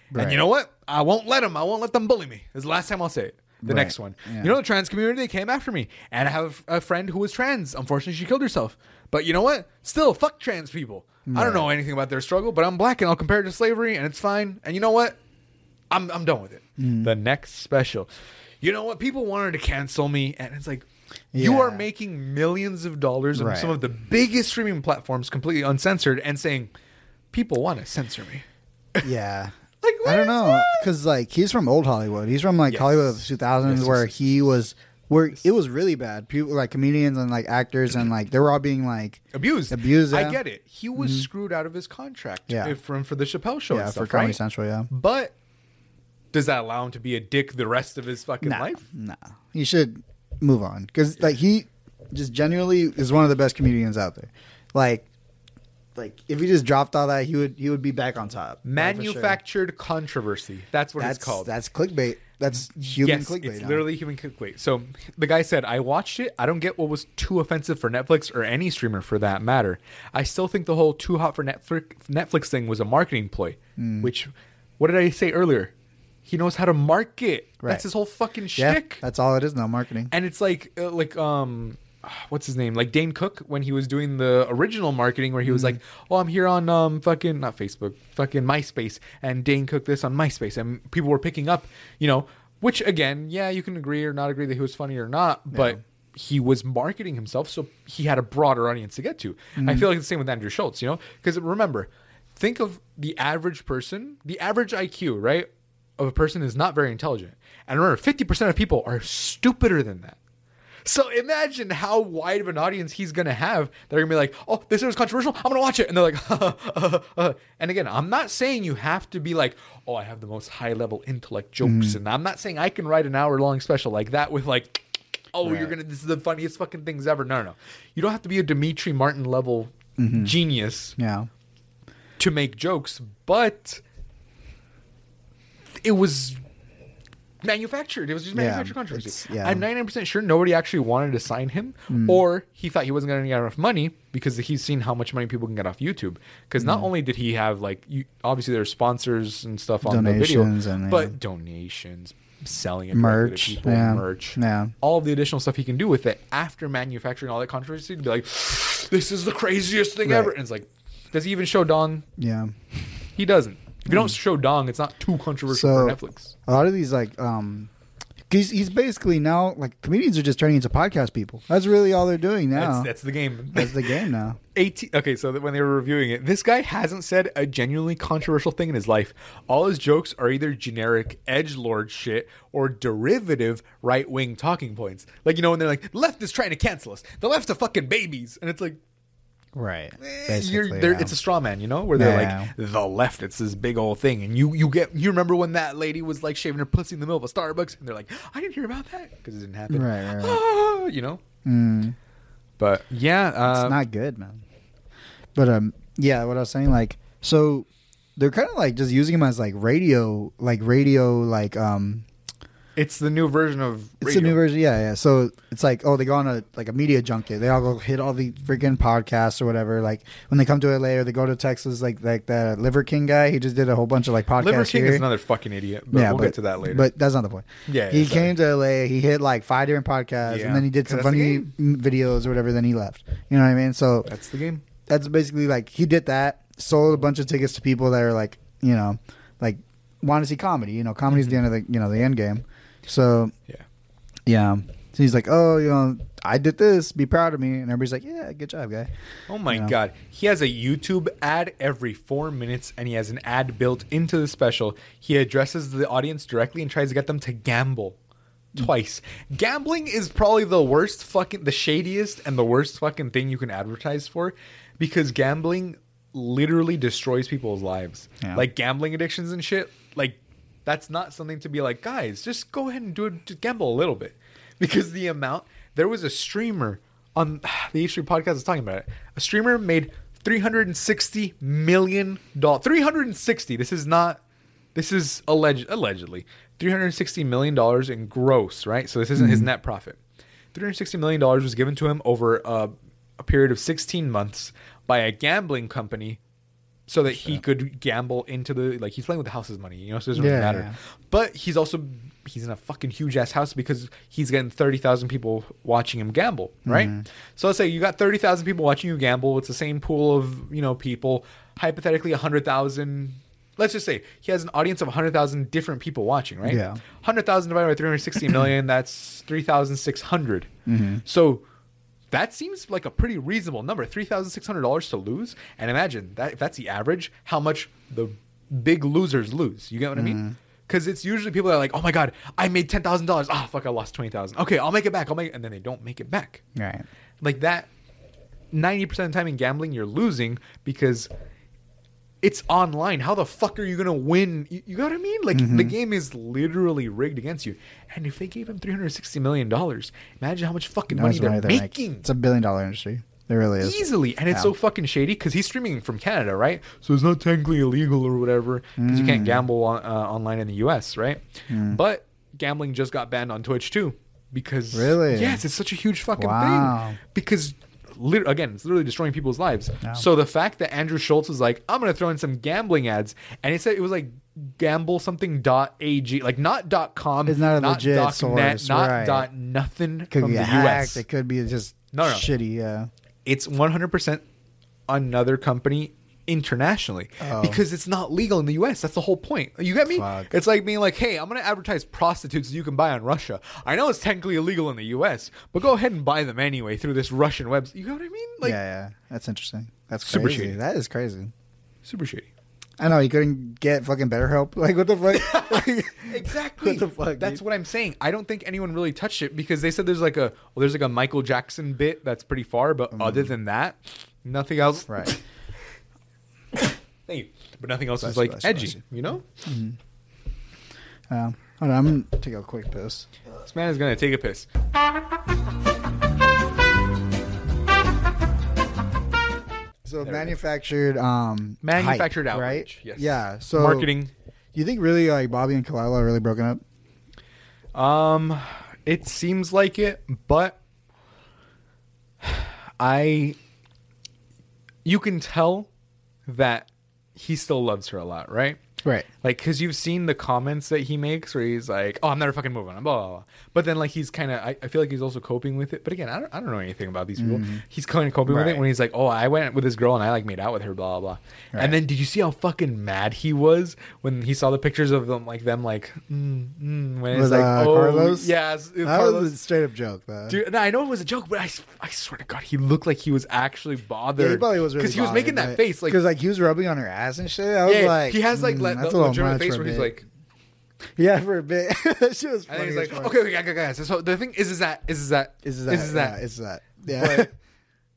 [SPEAKER 1] And
[SPEAKER 2] Right.
[SPEAKER 1] you know what? I won't let them. I won't let them bully me. This is the last time I'll say it. The
[SPEAKER 2] Right.
[SPEAKER 1] next one.
[SPEAKER 2] Yeah.
[SPEAKER 1] You know, the trans community, they came after me. And I have a friend who was trans. Unfortunately, she killed herself. But you know what? Still, fuck trans people. I don't know anything about their struggle, but I'm black and I'll compare it to slavery and it's fine. And you know what? I'm I'm done with it.
[SPEAKER 2] Mm.
[SPEAKER 1] The next special. You know what? People wanted to cancel me, and it's like you
[SPEAKER 2] Yeah.
[SPEAKER 1] are making millions of dollars on
[SPEAKER 2] Right.
[SPEAKER 1] some of the biggest streaming platforms completely uncensored and saying people want to censor me.
[SPEAKER 2] yeah.
[SPEAKER 1] Like
[SPEAKER 2] I
[SPEAKER 1] what is
[SPEAKER 2] don't know, because like he's from old Hollywood. He's from like
[SPEAKER 1] Yes.
[SPEAKER 2] Hollywood of the 2000s,
[SPEAKER 1] Yes,
[SPEAKER 2] where
[SPEAKER 1] yes,
[SPEAKER 2] he was, where it was really bad. People like comedians and like actors and like they were all being like,
[SPEAKER 1] Abused.
[SPEAKER 2] Abused,
[SPEAKER 1] I
[SPEAKER 2] yeah. Mm-hmm.
[SPEAKER 1] get it. He was screwed out of his contract
[SPEAKER 2] Yeah.
[SPEAKER 1] if- from for the Chappelle show
[SPEAKER 2] yeah,
[SPEAKER 1] and
[SPEAKER 2] for
[SPEAKER 1] stuff,
[SPEAKER 2] Comedy
[SPEAKER 1] right?
[SPEAKER 2] Central, yeah.
[SPEAKER 1] But does that allow him to be a dick the rest of his fucking
[SPEAKER 2] Nah,
[SPEAKER 1] life?
[SPEAKER 2] nah. You should move on because like he just genuinely is one of the best comedians out there. Like, like if he just dropped all that, he would he would be back on top. Like, for sure.
[SPEAKER 1] Manufactured controversy. That's what
[SPEAKER 2] That's
[SPEAKER 1] it's called.
[SPEAKER 2] That's clickbait. That's human
[SPEAKER 1] yes,
[SPEAKER 2] clickbait.
[SPEAKER 1] It's
[SPEAKER 2] now.
[SPEAKER 1] literally human clickbait. So the guy said, I watched it. I don't get what was too offensive for Netflix or any streamer for that matter. I still think the whole too hot for Netflix, Netflix thing was a marketing ploy,
[SPEAKER 2] Mm.
[SPEAKER 1] which, what did I say earlier? He knows how to market.
[SPEAKER 2] Right.
[SPEAKER 1] That's his whole fucking
[SPEAKER 2] yeah.
[SPEAKER 1] shtick.
[SPEAKER 2] That's all it is now. Marketing.
[SPEAKER 1] and it's like, uh, like, um, what's his name? Like Dane Cook when he was doing the original marketing where he was like, oh, I'm here on, um, fucking, not Facebook, fucking MySpace. And Dane Cook this on MySpace. And people were picking up, you know, which again, yeah, you can agree or not agree that he was funny or not, but he was marketing himself. So he had a broader audience to get to. I feel like it's the same with Andrew Schultz, you know, because remember, think of the average person, the average IQ, right? Of a person is not very intelligent. And remember, 50% of people are stupider than that. So imagine how wide of an audience he's gonna have. They're gonna be like, "Oh, this is controversial. I'm gonna watch it," and they're like, "And again, I'm not saying you have to be like, oh, I have the most high level intellect jokes, and I'm not saying I can write an hour long special like that with like, oh, you're
[SPEAKER 2] Right.
[SPEAKER 1] gonna this is the funniest fucking things ever. No, no, no. You don't have to be a Dimitri Martin level genius
[SPEAKER 2] yeah.
[SPEAKER 1] to make jokes, but it was manufactured. It was just
[SPEAKER 2] Yeah,
[SPEAKER 1] manufactured controversy.
[SPEAKER 2] it's- yeah. Hmm.
[SPEAKER 1] I'm 99% sure nobody actually wanted to sign him, or he thought he wasn't going to get enough money because he's seen how much money people can get off YouTube. Because
[SPEAKER 2] Hmm.
[SPEAKER 1] not only did he have, like, you, obviously there are sponsors and stuff on
[SPEAKER 2] Donations
[SPEAKER 1] the video,
[SPEAKER 2] and, yeah.
[SPEAKER 1] but donations, selling it directly
[SPEAKER 2] Merch,
[SPEAKER 1] to people,
[SPEAKER 2] yeah,
[SPEAKER 1] merch,
[SPEAKER 2] yeah.
[SPEAKER 1] all the additional stuff he can do with it after manufacturing all that controversy to be like, this is the craziest thing
[SPEAKER 2] Right.
[SPEAKER 1] ever. And it's like, does he even show Don
[SPEAKER 2] Yeah.
[SPEAKER 1] he doesn't. If you don't show Dong, it's not too controversial
[SPEAKER 2] Hmm. So
[SPEAKER 1] for Netflix.
[SPEAKER 2] a lot of these like um he's, he's basically now like comedians are just turning into podcast people. That's really all they're doing now.
[SPEAKER 1] That's,
[SPEAKER 2] That's,
[SPEAKER 1] that's the game.
[SPEAKER 2] the game now.
[SPEAKER 1] 18, okay, so that when they were reviewing it, this guy hasn't said a genuinely controversial thing in his life. All his jokes are either generic edge lord shit or derivative right wing talking points. Like you know when they're like, "Left is trying to cancel us. The left's a fucking babies," and it's like,
[SPEAKER 2] Right.
[SPEAKER 1] eh, you're, they're- it's a straw man, you know, where they're
[SPEAKER 2] Yeah.
[SPEAKER 1] like the left. It's this big old thing, and you you get you remember when that lady was like shaving her pussy in the middle of a Starbucks, and they're like, I didn't hear about that because it didn't happen,
[SPEAKER 2] Right, right, Hmm. right.
[SPEAKER 1] Ah, you know. But yeah, uh,
[SPEAKER 2] um, it's not good, man. But um yeah, what I was saying like so they're kind of like just using him as like radio, like radio, like um,
[SPEAKER 1] It's the new version of
[SPEAKER 2] it's
[SPEAKER 1] radio.
[SPEAKER 2] a new version. Yeah, yeah. So it's like oh, they go on a like a media junket. They all go hit all the freaking podcasts or whatever. Like when they come to LA or they go to Texas, like like that Liver King guy, he just did a whole bunch of like podcasts
[SPEAKER 1] Liver King
[SPEAKER 2] here.
[SPEAKER 1] is another fucking idiot, but we'll get to that later.
[SPEAKER 2] But that's not the point.
[SPEAKER 1] Yeah,
[SPEAKER 2] he
[SPEAKER 1] yeah, sorry.
[SPEAKER 2] came to LA. He hit like five different podcasts,
[SPEAKER 1] Yeah,
[SPEAKER 2] and then he did some
[SPEAKER 1] 'cause that's the
[SPEAKER 2] funny m- videos or whatever. Then he left. You know what I mean? So
[SPEAKER 1] That's the game.
[SPEAKER 2] that's basically like he did that. Sold a bunch of tickets to people that are like you know, like want to see comedy. You know, comedy's
[SPEAKER 1] Mm-hmm.
[SPEAKER 2] the end of the you know the end game. So
[SPEAKER 1] Yeah.
[SPEAKER 2] yeah. So he's like, oh, you know, I did this. Be proud of me. And everybody's like, yeah, good job, guy.
[SPEAKER 1] Oh my
[SPEAKER 2] Yeah.
[SPEAKER 1] god. He has a YouTube ad every four minutes and he has an ad built into the special. He addresses the audience directly and tries to get them to gamble. Twice. Gambling is probably the worst fucking the shadiest and the worst fucking thing you can advertise for because gambling literally destroys people's lives.
[SPEAKER 2] Yeah.
[SPEAKER 1] Like gambling addictions and shit, like that's not something to be like, guys, just go ahead and do it, just gamble a little bit. Because the amount, there was a streamer on the H3 podcast is talking about it. A streamer made $360 million. 360, this is not, this is alleged, allegedly, $360 million in gross, right? So this isn't his net profit. $360 million was given to him over a, a period of 16 months by a gambling company so that he could gamble into the like he's playing with the house's money, you know, so it doesn't really
[SPEAKER 2] Yeah,
[SPEAKER 1] matter.
[SPEAKER 2] yeah.
[SPEAKER 1] But he's also he's in a fucking huge ass house because he's getting thirty thousand people watching him gamble, right?
[SPEAKER 2] Mm-hmm.
[SPEAKER 1] So let's say you got thirty thousand people watching you gamble. It's the same pool of you know people. Hypothetically, hundred thousand. Let's just say he has an audience of hundred thousand different people watching, right?
[SPEAKER 2] Yeah.
[SPEAKER 1] Hundred thousand divided by three hundred sixty million. that's three So. That seems like a pretty reasonable number, three thousand six hundred dollars to lose. And imagine that if that's the average, how much the big losers lose. You get what I mean? Because it's usually people that are like, "Oh my god, I made ten thousand dollars. Ah, fuck, I lost twenty thousand. Okay, I'll make it back. I'll make," it. and then they don't make it back.
[SPEAKER 2] Right.
[SPEAKER 1] Like that, ninety percent of the time in gambling, you're losing because it's online. How the fuck are you gonna win? You, you know what I mean? Like
[SPEAKER 2] Mm-hmm.
[SPEAKER 1] the game is literally rigged against you. And if they gave him three hundred sixty million dollars, imagine how much fucking money
[SPEAKER 2] That's
[SPEAKER 1] they're,
[SPEAKER 2] why they're like-
[SPEAKER 1] making
[SPEAKER 2] It's a billion dollar industry. It really is.
[SPEAKER 1] easily and it's
[SPEAKER 2] Yeah.
[SPEAKER 1] so fucking shady because he's streaming from canada right so it's not technically illegal or whatever because you
[SPEAKER 2] Mm.
[SPEAKER 1] can't gamble on, uh, online in the us right but gambling just got banned on twitch too because
[SPEAKER 2] Really?
[SPEAKER 1] yes it's such a huge fucking
[SPEAKER 2] Wow.
[SPEAKER 1] thing because lit- again it's literally destroying people's lives
[SPEAKER 2] Yeah.
[SPEAKER 1] so the fact that andrew schultz was like i'm gonna throw in some gambling ads and it said it was like gamble something dot ag like not dot com
[SPEAKER 2] It's not a legit
[SPEAKER 1] dot net,
[SPEAKER 2] source,
[SPEAKER 1] not
[SPEAKER 2] right.
[SPEAKER 1] dot nothing
[SPEAKER 2] Could
[SPEAKER 1] from
[SPEAKER 2] be
[SPEAKER 1] the
[SPEAKER 2] hacked.
[SPEAKER 1] us
[SPEAKER 2] It could be just
[SPEAKER 1] No, no.
[SPEAKER 2] shitty. Yeah.
[SPEAKER 1] it's 100% another company internationally
[SPEAKER 2] Oh.
[SPEAKER 1] because it's not legal in the US. That's the whole point. You get me?
[SPEAKER 2] Fuck.
[SPEAKER 1] It's like being like, hey, I'm going to advertise prostitutes that you can buy on Russia. I know it's technically illegal in the US, but go ahead and buy them anyway through this Russian web. You know what I mean? Like,
[SPEAKER 2] yeah, yeah. That's interesting. That's
[SPEAKER 1] Super
[SPEAKER 2] crazy.
[SPEAKER 1] shitty.
[SPEAKER 2] That is crazy.
[SPEAKER 1] super shady.
[SPEAKER 2] I know you couldn't get fucking better help. Like what the fuck? Like,
[SPEAKER 1] Exactly.
[SPEAKER 2] What the fuck?
[SPEAKER 1] that's
[SPEAKER 2] dude?
[SPEAKER 1] what I'm saying. I don't think anyone really touched it because they said there's like a well, there's like a Michael Jackson bit that's pretty far, but other than that, nothing else.
[SPEAKER 2] Mm-hmm. Right.
[SPEAKER 1] Thank you. But nothing else is
[SPEAKER 2] Bless
[SPEAKER 1] like
[SPEAKER 2] you, bless you,
[SPEAKER 1] edgy,
[SPEAKER 2] bless
[SPEAKER 1] you know?
[SPEAKER 2] Um, hold on, I'm gonna take a quick piss.
[SPEAKER 1] This man is gonna take a piss.
[SPEAKER 2] So
[SPEAKER 1] There we go.
[SPEAKER 2] manufactured, um,
[SPEAKER 1] Manufactured
[SPEAKER 2] hype,
[SPEAKER 1] outrage,
[SPEAKER 2] right?
[SPEAKER 1] yes.
[SPEAKER 2] Yeah. So
[SPEAKER 1] Marketing.
[SPEAKER 2] You think really like Bobby and Kalila are really broken up?
[SPEAKER 1] Um, it seems like it, but I, you can tell that he still loves her a lot, right?
[SPEAKER 2] Right.
[SPEAKER 1] Like, cause you've seen the comments that he makes where he's like, "Oh, I'm never fucking moving," blah blah. blah. But then, like, he's kind of, I, I feel like he's also coping with it. But again, I don't, I don't know anything about these people. He's kind of coping with it
[SPEAKER 2] Mm-hmm. Right.
[SPEAKER 1] when he's like, "Oh, I went with this girl and I like made out with her," blah blah. blah.
[SPEAKER 2] Right.
[SPEAKER 1] And then, did you see how fucking mad he was when he saw the pictures of them, like them, like, mm, mm, when it's
[SPEAKER 2] With,
[SPEAKER 1] like,
[SPEAKER 2] uh,
[SPEAKER 1] "Oh,
[SPEAKER 2] Carlos?
[SPEAKER 1] yeah, it's- it's
[SPEAKER 2] That
[SPEAKER 1] Carlos."
[SPEAKER 2] was a straight up joke, though.
[SPEAKER 1] Dude, no, I know it was a joke, but I, s- I swear to God, he looked like he was actually bothered.
[SPEAKER 2] Yeah, he probably was really
[SPEAKER 1] he was making that face, like,
[SPEAKER 2] because like he was rubbing on her ass and shit. I was
[SPEAKER 1] yeah,
[SPEAKER 2] like,
[SPEAKER 1] he has like
[SPEAKER 2] mm,
[SPEAKER 1] le-
[SPEAKER 2] that's
[SPEAKER 1] the
[SPEAKER 2] a little
[SPEAKER 1] legitimate
[SPEAKER 2] much
[SPEAKER 1] face
[SPEAKER 2] for
[SPEAKER 1] where
[SPEAKER 2] a
[SPEAKER 1] he's
[SPEAKER 2] bit.
[SPEAKER 1] like.
[SPEAKER 2] yeah, for a bit. that shit was
[SPEAKER 1] And
[SPEAKER 2] funny.
[SPEAKER 1] then he's
[SPEAKER 2] as
[SPEAKER 1] like,
[SPEAKER 2] fuck.
[SPEAKER 1] okay, okay, okay, guys. So the thing is, is that is is that
[SPEAKER 2] This is that?
[SPEAKER 1] is
[SPEAKER 2] yeah,
[SPEAKER 1] that
[SPEAKER 2] Is that? Yeah.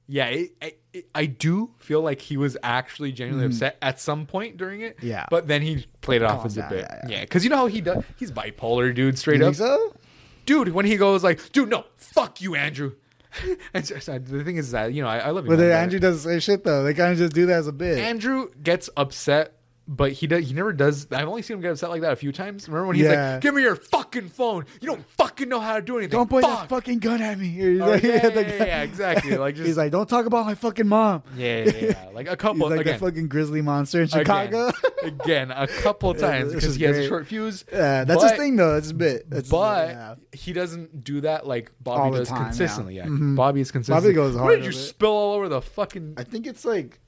[SPEAKER 1] yeah. It, I- it, I do feel like he was actually genuinely upset at some point during it.
[SPEAKER 2] Mm-hmm. Yeah.
[SPEAKER 1] but then he played it off
[SPEAKER 2] Calm
[SPEAKER 1] as a
[SPEAKER 2] down,
[SPEAKER 1] bit.
[SPEAKER 2] yeah,
[SPEAKER 1] Yeah, because you know how he does. He's bipolar, dude. Straight
[SPEAKER 2] You
[SPEAKER 1] up,
[SPEAKER 2] think so?
[SPEAKER 1] dude. When he goes like, dude, no, fuck you, Andrew. and so, so the thing is that you know I, I love you.
[SPEAKER 2] But
[SPEAKER 1] man,
[SPEAKER 2] then
[SPEAKER 1] but
[SPEAKER 2] Andrew doesn't say shit though. They kind of just do that as a bit.
[SPEAKER 1] Andrew gets upset but he does. He never does. I've only seen him get upset like that a few times. Remember when he's
[SPEAKER 2] Yeah.
[SPEAKER 1] like, "Give me your fucking phone. You don't fucking know how to do anything.
[SPEAKER 2] Don't point
[SPEAKER 1] Fuck."
[SPEAKER 2] that fucking gun at me. He's
[SPEAKER 1] Or-
[SPEAKER 2] like-
[SPEAKER 1] yeah,
[SPEAKER 2] the
[SPEAKER 1] yeah,
[SPEAKER 2] guy-
[SPEAKER 1] yeah, exactly. Like,
[SPEAKER 2] he's
[SPEAKER 1] just-
[SPEAKER 2] like, don't talk about my fucking mom.
[SPEAKER 1] Yeah, yeah, yeah. like a
[SPEAKER 2] He's
[SPEAKER 1] couple
[SPEAKER 2] like
[SPEAKER 1] again,
[SPEAKER 2] the fucking grizzly monster in Chicago.
[SPEAKER 1] Again, again, a couple times
[SPEAKER 2] this
[SPEAKER 1] because
[SPEAKER 2] is
[SPEAKER 1] he has a
[SPEAKER 2] great.
[SPEAKER 1] short fuse.
[SPEAKER 2] yeah, that's
[SPEAKER 1] But-
[SPEAKER 2] his thing though. It's a bit. That's his
[SPEAKER 1] but
[SPEAKER 2] thing, yeah.
[SPEAKER 1] he doesn't do that like
[SPEAKER 2] All
[SPEAKER 1] Bobby
[SPEAKER 2] the
[SPEAKER 1] does
[SPEAKER 2] time, yeah. Mm-hmm.
[SPEAKER 1] consistently. Yeah, Bobby is consistent.
[SPEAKER 2] Bobby goes
[SPEAKER 1] What
[SPEAKER 2] hard
[SPEAKER 1] did you
[SPEAKER 2] with it.
[SPEAKER 1] spill all over the fucking
[SPEAKER 2] I think it's like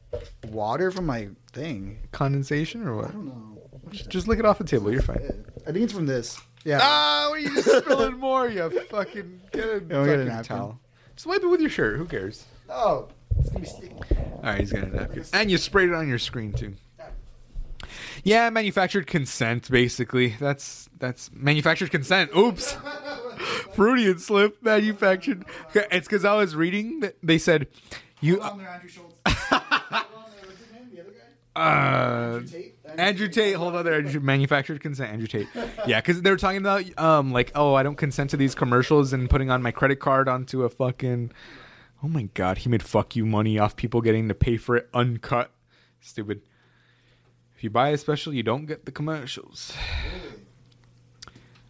[SPEAKER 2] water from my thing.
[SPEAKER 1] condensation or what?
[SPEAKER 2] I don't know.
[SPEAKER 1] Just, just lick it off the table. You're fine.
[SPEAKER 2] I think it's from this. Yeah.
[SPEAKER 1] Ah, what are you spilling more? You fucking get a
[SPEAKER 2] Yeah, we got a
[SPEAKER 1] fucking
[SPEAKER 2] napkin.
[SPEAKER 1] towel. Just wipe it with your shirt. Who cares?
[SPEAKER 2] Oh, it's gonna be sticky.
[SPEAKER 1] All right, he's got a napkin, and you sprayed it on your screen too. Yeah, manufactured consent. Basically, that's that's manufactured consent. Oops, fruity and slip. Manufactured. It's because I was reading. that They said, "You
[SPEAKER 2] there, Andrew Schultz. Hold on there, what's his name? The other guy?
[SPEAKER 1] uh,
[SPEAKER 2] Tate?
[SPEAKER 1] Andrew Tate, hold on there. Andrew- Manufactured consent, Andrew Tate. Yeah, because they were talking about, um, like, oh, I don't consent to these commercials and putting on my credit card onto a fucking. Oh my god, he made fuck you money off people getting to pay for it uncut. Stupid. If you buy a special, you don't get the commercials.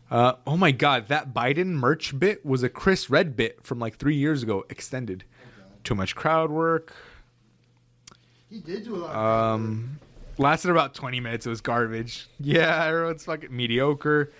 [SPEAKER 1] Uh, oh my god, that Biden merch bit was a Chris Red bit from like three years ago, extended. Too much crowd work.
[SPEAKER 2] He did do a lot.
[SPEAKER 1] Um, lasted about 20 minutes. It was garbage. Yeah, everyone's fucking mediocre.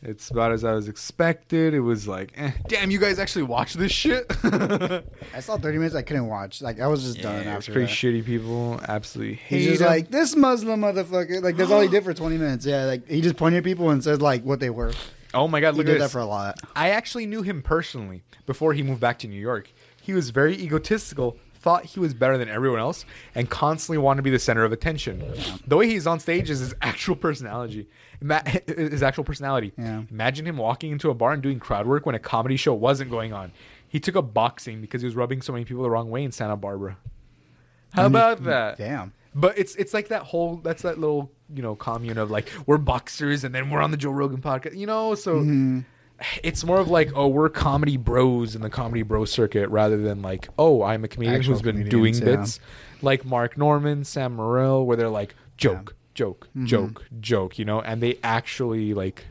[SPEAKER 1] It's about as I was expected. It was like, eh, damn, you guys actually watch this shit.
[SPEAKER 2] I saw 30 minutes. I couldn't watch. Like I was just done
[SPEAKER 1] Yeah, it's
[SPEAKER 2] after.
[SPEAKER 1] pretty
[SPEAKER 2] that.
[SPEAKER 1] shitty people. Absolutely hate
[SPEAKER 2] He's just
[SPEAKER 1] 'em.
[SPEAKER 2] like this Muslim motherfucker. Like that's all he did for 20 minutes. Yeah, like he just pointed at people and said like what they were.
[SPEAKER 1] oh my god,
[SPEAKER 2] He
[SPEAKER 1] look
[SPEAKER 2] did
[SPEAKER 1] at
[SPEAKER 2] that
[SPEAKER 1] this.
[SPEAKER 2] for a lot.
[SPEAKER 1] I actually knew him personally before he moved back to New York. He was very egotistical, thought he was better than everyone else, and constantly wanted to be the center of attention. The way he's on stage is his actual personality. Ima- His actual personality.
[SPEAKER 2] Yeah.
[SPEAKER 1] Imagine him walking into a bar and doing crowd work when a comedy show wasn't going on. He took up boxing because he was rubbing so many people the wrong way in Santa Barbara. How
[SPEAKER 2] And he-
[SPEAKER 1] about that?
[SPEAKER 2] Damn.
[SPEAKER 1] But it's it's like that whole that's that little you know commune of like we're boxers and then we're on the Joe Rogan podcast, you know. So
[SPEAKER 2] Mm-hmm.
[SPEAKER 1] it's more of like oh we're comedy bros in the comedy bro circuit rather than like oh I'm a comedian
[SPEAKER 2] Actual
[SPEAKER 1] who's been
[SPEAKER 2] comedians,
[SPEAKER 1] doing
[SPEAKER 2] yeah.
[SPEAKER 1] bits like Mark Norman, Sam Morril, where they're like joke, joke,
[SPEAKER 2] Mm-hmm.
[SPEAKER 1] joke, joke, you know, and they actually like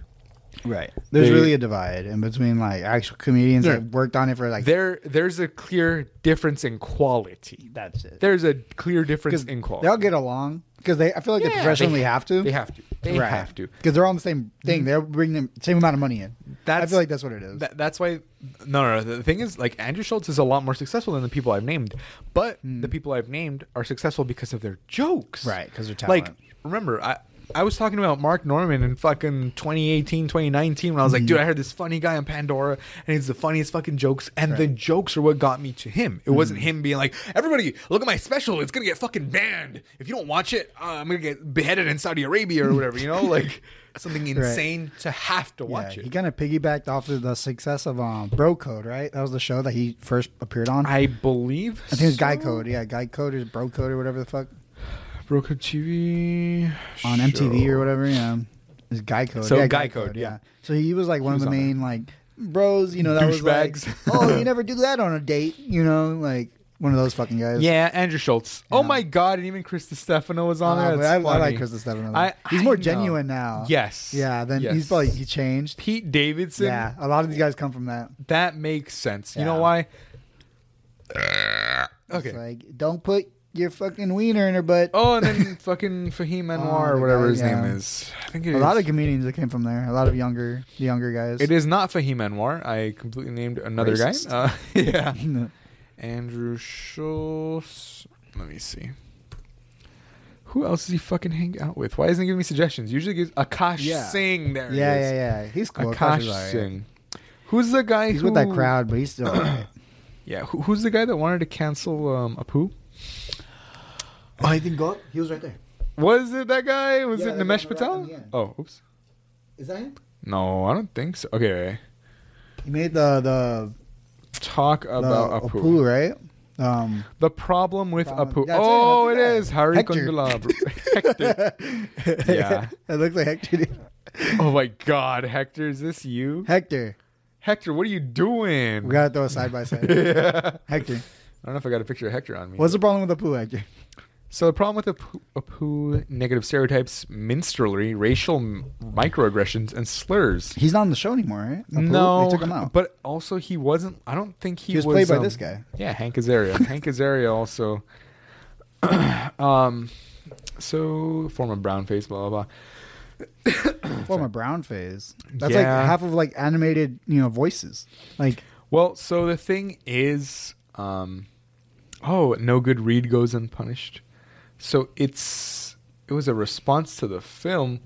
[SPEAKER 2] Right. There's
[SPEAKER 1] They-
[SPEAKER 2] really a divide in between like actual comedians
[SPEAKER 1] Yeah.
[SPEAKER 2] that worked on it for like.
[SPEAKER 1] there there's a clear difference in quality.
[SPEAKER 2] That's it.
[SPEAKER 1] There's a clear difference
[SPEAKER 2] 'Cause
[SPEAKER 1] in
[SPEAKER 2] They
[SPEAKER 1] quality.
[SPEAKER 2] all get along because they. I feel like
[SPEAKER 1] Yeah,
[SPEAKER 2] they
[SPEAKER 1] they-
[SPEAKER 2] professionally have to.
[SPEAKER 1] They have to. They have to. Mm-hmm.
[SPEAKER 2] because they're all on the same thing. They're bringing the same amount of money in. I
[SPEAKER 1] That's-
[SPEAKER 2] feel like that's what it is.
[SPEAKER 1] Th- that's why. No, no, no. The thing is, like Andrew Schultz is a lot more successful than the people I've named, but the people I've named are successful because of their jokes,
[SPEAKER 2] Hmm. Right, 'cause they're
[SPEAKER 1] Like,
[SPEAKER 2] talent.
[SPEAKER 1] remember, I I was talking about Mark Norman in fucking 2018, 2019, when I was like,
[SPEAKER 2] Hmm.
[SPEAKER 1] dude, I heard this funny guy on Pandora, and he's the funniest fucking jokes, and the jokes are what got me to him. It
[SPEAKER 2] Hmm.
[SPEAKER 1] wasn't him being like, everybody, look at my special, it's gonna get fucking banned if you don't watch it. Uh, I'm gonna get beheaded in Saudi Arabia or whatever, you know, like something insane to have to
[SPEAKER 2] Yeah,
[SPEAKER 1] watch it.
[SPEAKER 2] he kind of piggybacked off of the success of um, Bro Code, right? That was the show that he first appeared on. I,
[SPEAKER 1] I believe. I
[SPEAKER 2] think it was Guy Code. Yeah, Guy Code is Bro Code or whatever the fuck
[SPEAKER 1] Broker TV
[SPEAKER 2] on MTV or whatever. Yeah, is Guy Code.
[SPEAKER 1] So
[SPEAKER 2] yeah,
[SPEAKER 1] Guy Code, yeah.
[SPEAKER 2] So he was like one
[SPEAKER 1] was
[SPEAKER 2] of the
[SPEAKER 1] on
[SPEAKER 2] main like bros. You know, that was like,
[SPEAKER 1] Douchebags.
[SPEAKER 2] oh, you never do that on a date. You know, like one of those fucking guys.
[SPEAKER 1] Yeah, Andrew Schultz. Oh my God! And even Chris Stefano was
[SPEAKER 2] Uh,
[SPEAKER 1] on there.
[SPEAKER 2] but
[SPEAKER 1] That's
[SPEAKER 2] I, I
[SPEAKER 1] funny.
[SPEAKER 2] like Chris Stefano.
[SPEAKER 1] I-
[SPEAKER 2] He's
[SPEAKER 1] I
[SPEAKER 2] more
[SPEAKER 1] know.
[SPEAKER 2] genuine now.
[SPEAKER 1] Yes.
[SPEAKER 2] Yeah. Then
[SPEAKER 1] Yes.
[SPEAKER 2] he's probably he changed.
[SPEAKER 1] Pete Davidson.
[SPEAKER 2] Yeah. A lot of these guys come from that.
[SPEAKER 1] that makes sense. You know
[SPEAKER 2] Yeah.
[SPEAKER 1] why?
[SPEAKER 2] It's
[SPEAKER 1] okay.
[SPEAKER 2] like don't put your fucking wiener in her butt.
[SPEAKER 1] Oh, and then fucking Fahim Anwar
[SPEAKER 2] Oh,
[SPEAKER 1] or
[SPEAKER 2] the
[SPEAKER 1] whatever
[SPEAKER 2] guy,
[SPEAKER 1] his
[SPEAKER 2] yeah.
[SPEAKER 1] name is. I think it
[SPEAKER 2] a
[SPEAKER 1] is.
[SPEAKER 2] lot of comedians that came from there. A lot of younger, the younger guys.
[SPEAKER 1] It is not Fahim Anwar. I completely named another
[SPEAKER 2] Racist.
[SPEAKER 1] guy. Uh, yeah.
[SPEAKER 2] No.
[SPEAKER 1] Andrew Schultz. Let me see. Who else does he fucking hang out with? Why isn't he giving me suggestions? Usually gives Akash
[SPEAKER 2] Yeah.
[SPEAKER 1] Singh. There
[SPEAKER 2] Yeah,
[SPEAKER 1] he
[SPEAKER 2] yeah,
[SPEAKER 1] is.
[SPEAKER 2] yeah. He's cool. Akash
[SPEAKER 1] Akash
[SPEAKER 2] is alright.
[SPEAKER 1] Singh. Who's the guy?
[SPEAKER 2] He's
[SPEAKER 1] who,
[SPEAKER 2] with that crowd, but he's still. alright.
[SPEAKER 1] Yeah. Who, who's the guy that wanted to cancel um, Apu?
[SPEAKER 2] oh, he didn't go up. He was right there.
[SPEAKER 1] Was it that guy? Was
[SPEAKER 2] Yeah,
[SPEAKER 1] it
[SPEAKER 2] that guy
[SPEAKER 1] Nimesh
[SPEAKER 2] from Iraq
[SPEAKER 1] Patel?
[SPEAKER 2] in the end.
[SPEAKER 1] Oh, oops.
[SPEAKER 2] Is that him?
[SPEAKER 1] No, I don't think so. Okay.
[SPEAKER 2] He made the the,
[SPEAKER 1] Talk
[SPEAKER 2] the
[SPEAKER 1] about Apu.
[SPEAKER 2] Apu, right? Um,
[SPEAKER 1] The problem with
[SPEAKER 2] Problem-
[SPEAKER 1] Apu.
[SPEAKER 2] That's it,
[SPEAKER 1] oh, it
[SPEAKER 2] that's the guy.
[SPEAKER 1] is Hari
[SPEAKER 2] Hector.
[SPEAKER 1] Kondala. Hector. Yeah.
[SPEAKER 2] it looks like Hector. did.
[SPEAKER 1] Oh my God, Hector, is this you?
[SPEAKER 2] Hector,
[SPEAKER 1] Hector, what are you doing?
[SPEAKER 2] we gotta throw a side by side.
[SPEAKER 1] yeah.
[SPEAKER 2] Hector,
[SPEAKER 1] I don't know if I got a picture of Hector on me.
[SPEAKER 2] what's the problem with Apu, Hector?
[SPEAKER 1] So the problem with Apu, Apu negative stereotypes, minstrelry, racial m- microaggressions, and slurs.
[SPEAKER 2] He's not on the show anymore, right? Apu?
[SPEAKER 1] no,
[SPEAKER 2] they took him out.
[SPEAKER 1] But also, he wasn't. I don't think he,
[SPEAKER 2] He was played by
[SPEAKER 1] um,
[SPEAKER 2] this guy.
[SPEAKER 1] Yeah, Hank Azaria. Hank Azaria also. um, so former brown face, blah blah blah.
[SPEAKER 2] Former brown phase. That's
[SPEAKER 1] Yeah.
[SPEAKER 2] like half of like animated, you know, voices. Like
[SPEAKER 1] Well, so the thing is, um, oh, no good read goes unpunished. So it's it was a response to the film.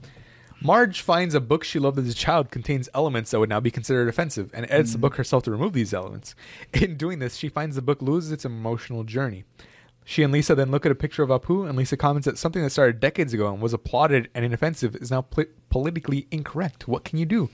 [SPEAKER 1] Marge finds a book she loved as a child contains elements that would now be considered offensive, and edits the book herself to remove these elements. In doing this, she finds the book loses its emotional journey. She and Lisa then look at a picture of Apu, and Lisa comments that something that started decades ago and was applauded and inoffensive is now poli- politically incorrect. What can you do?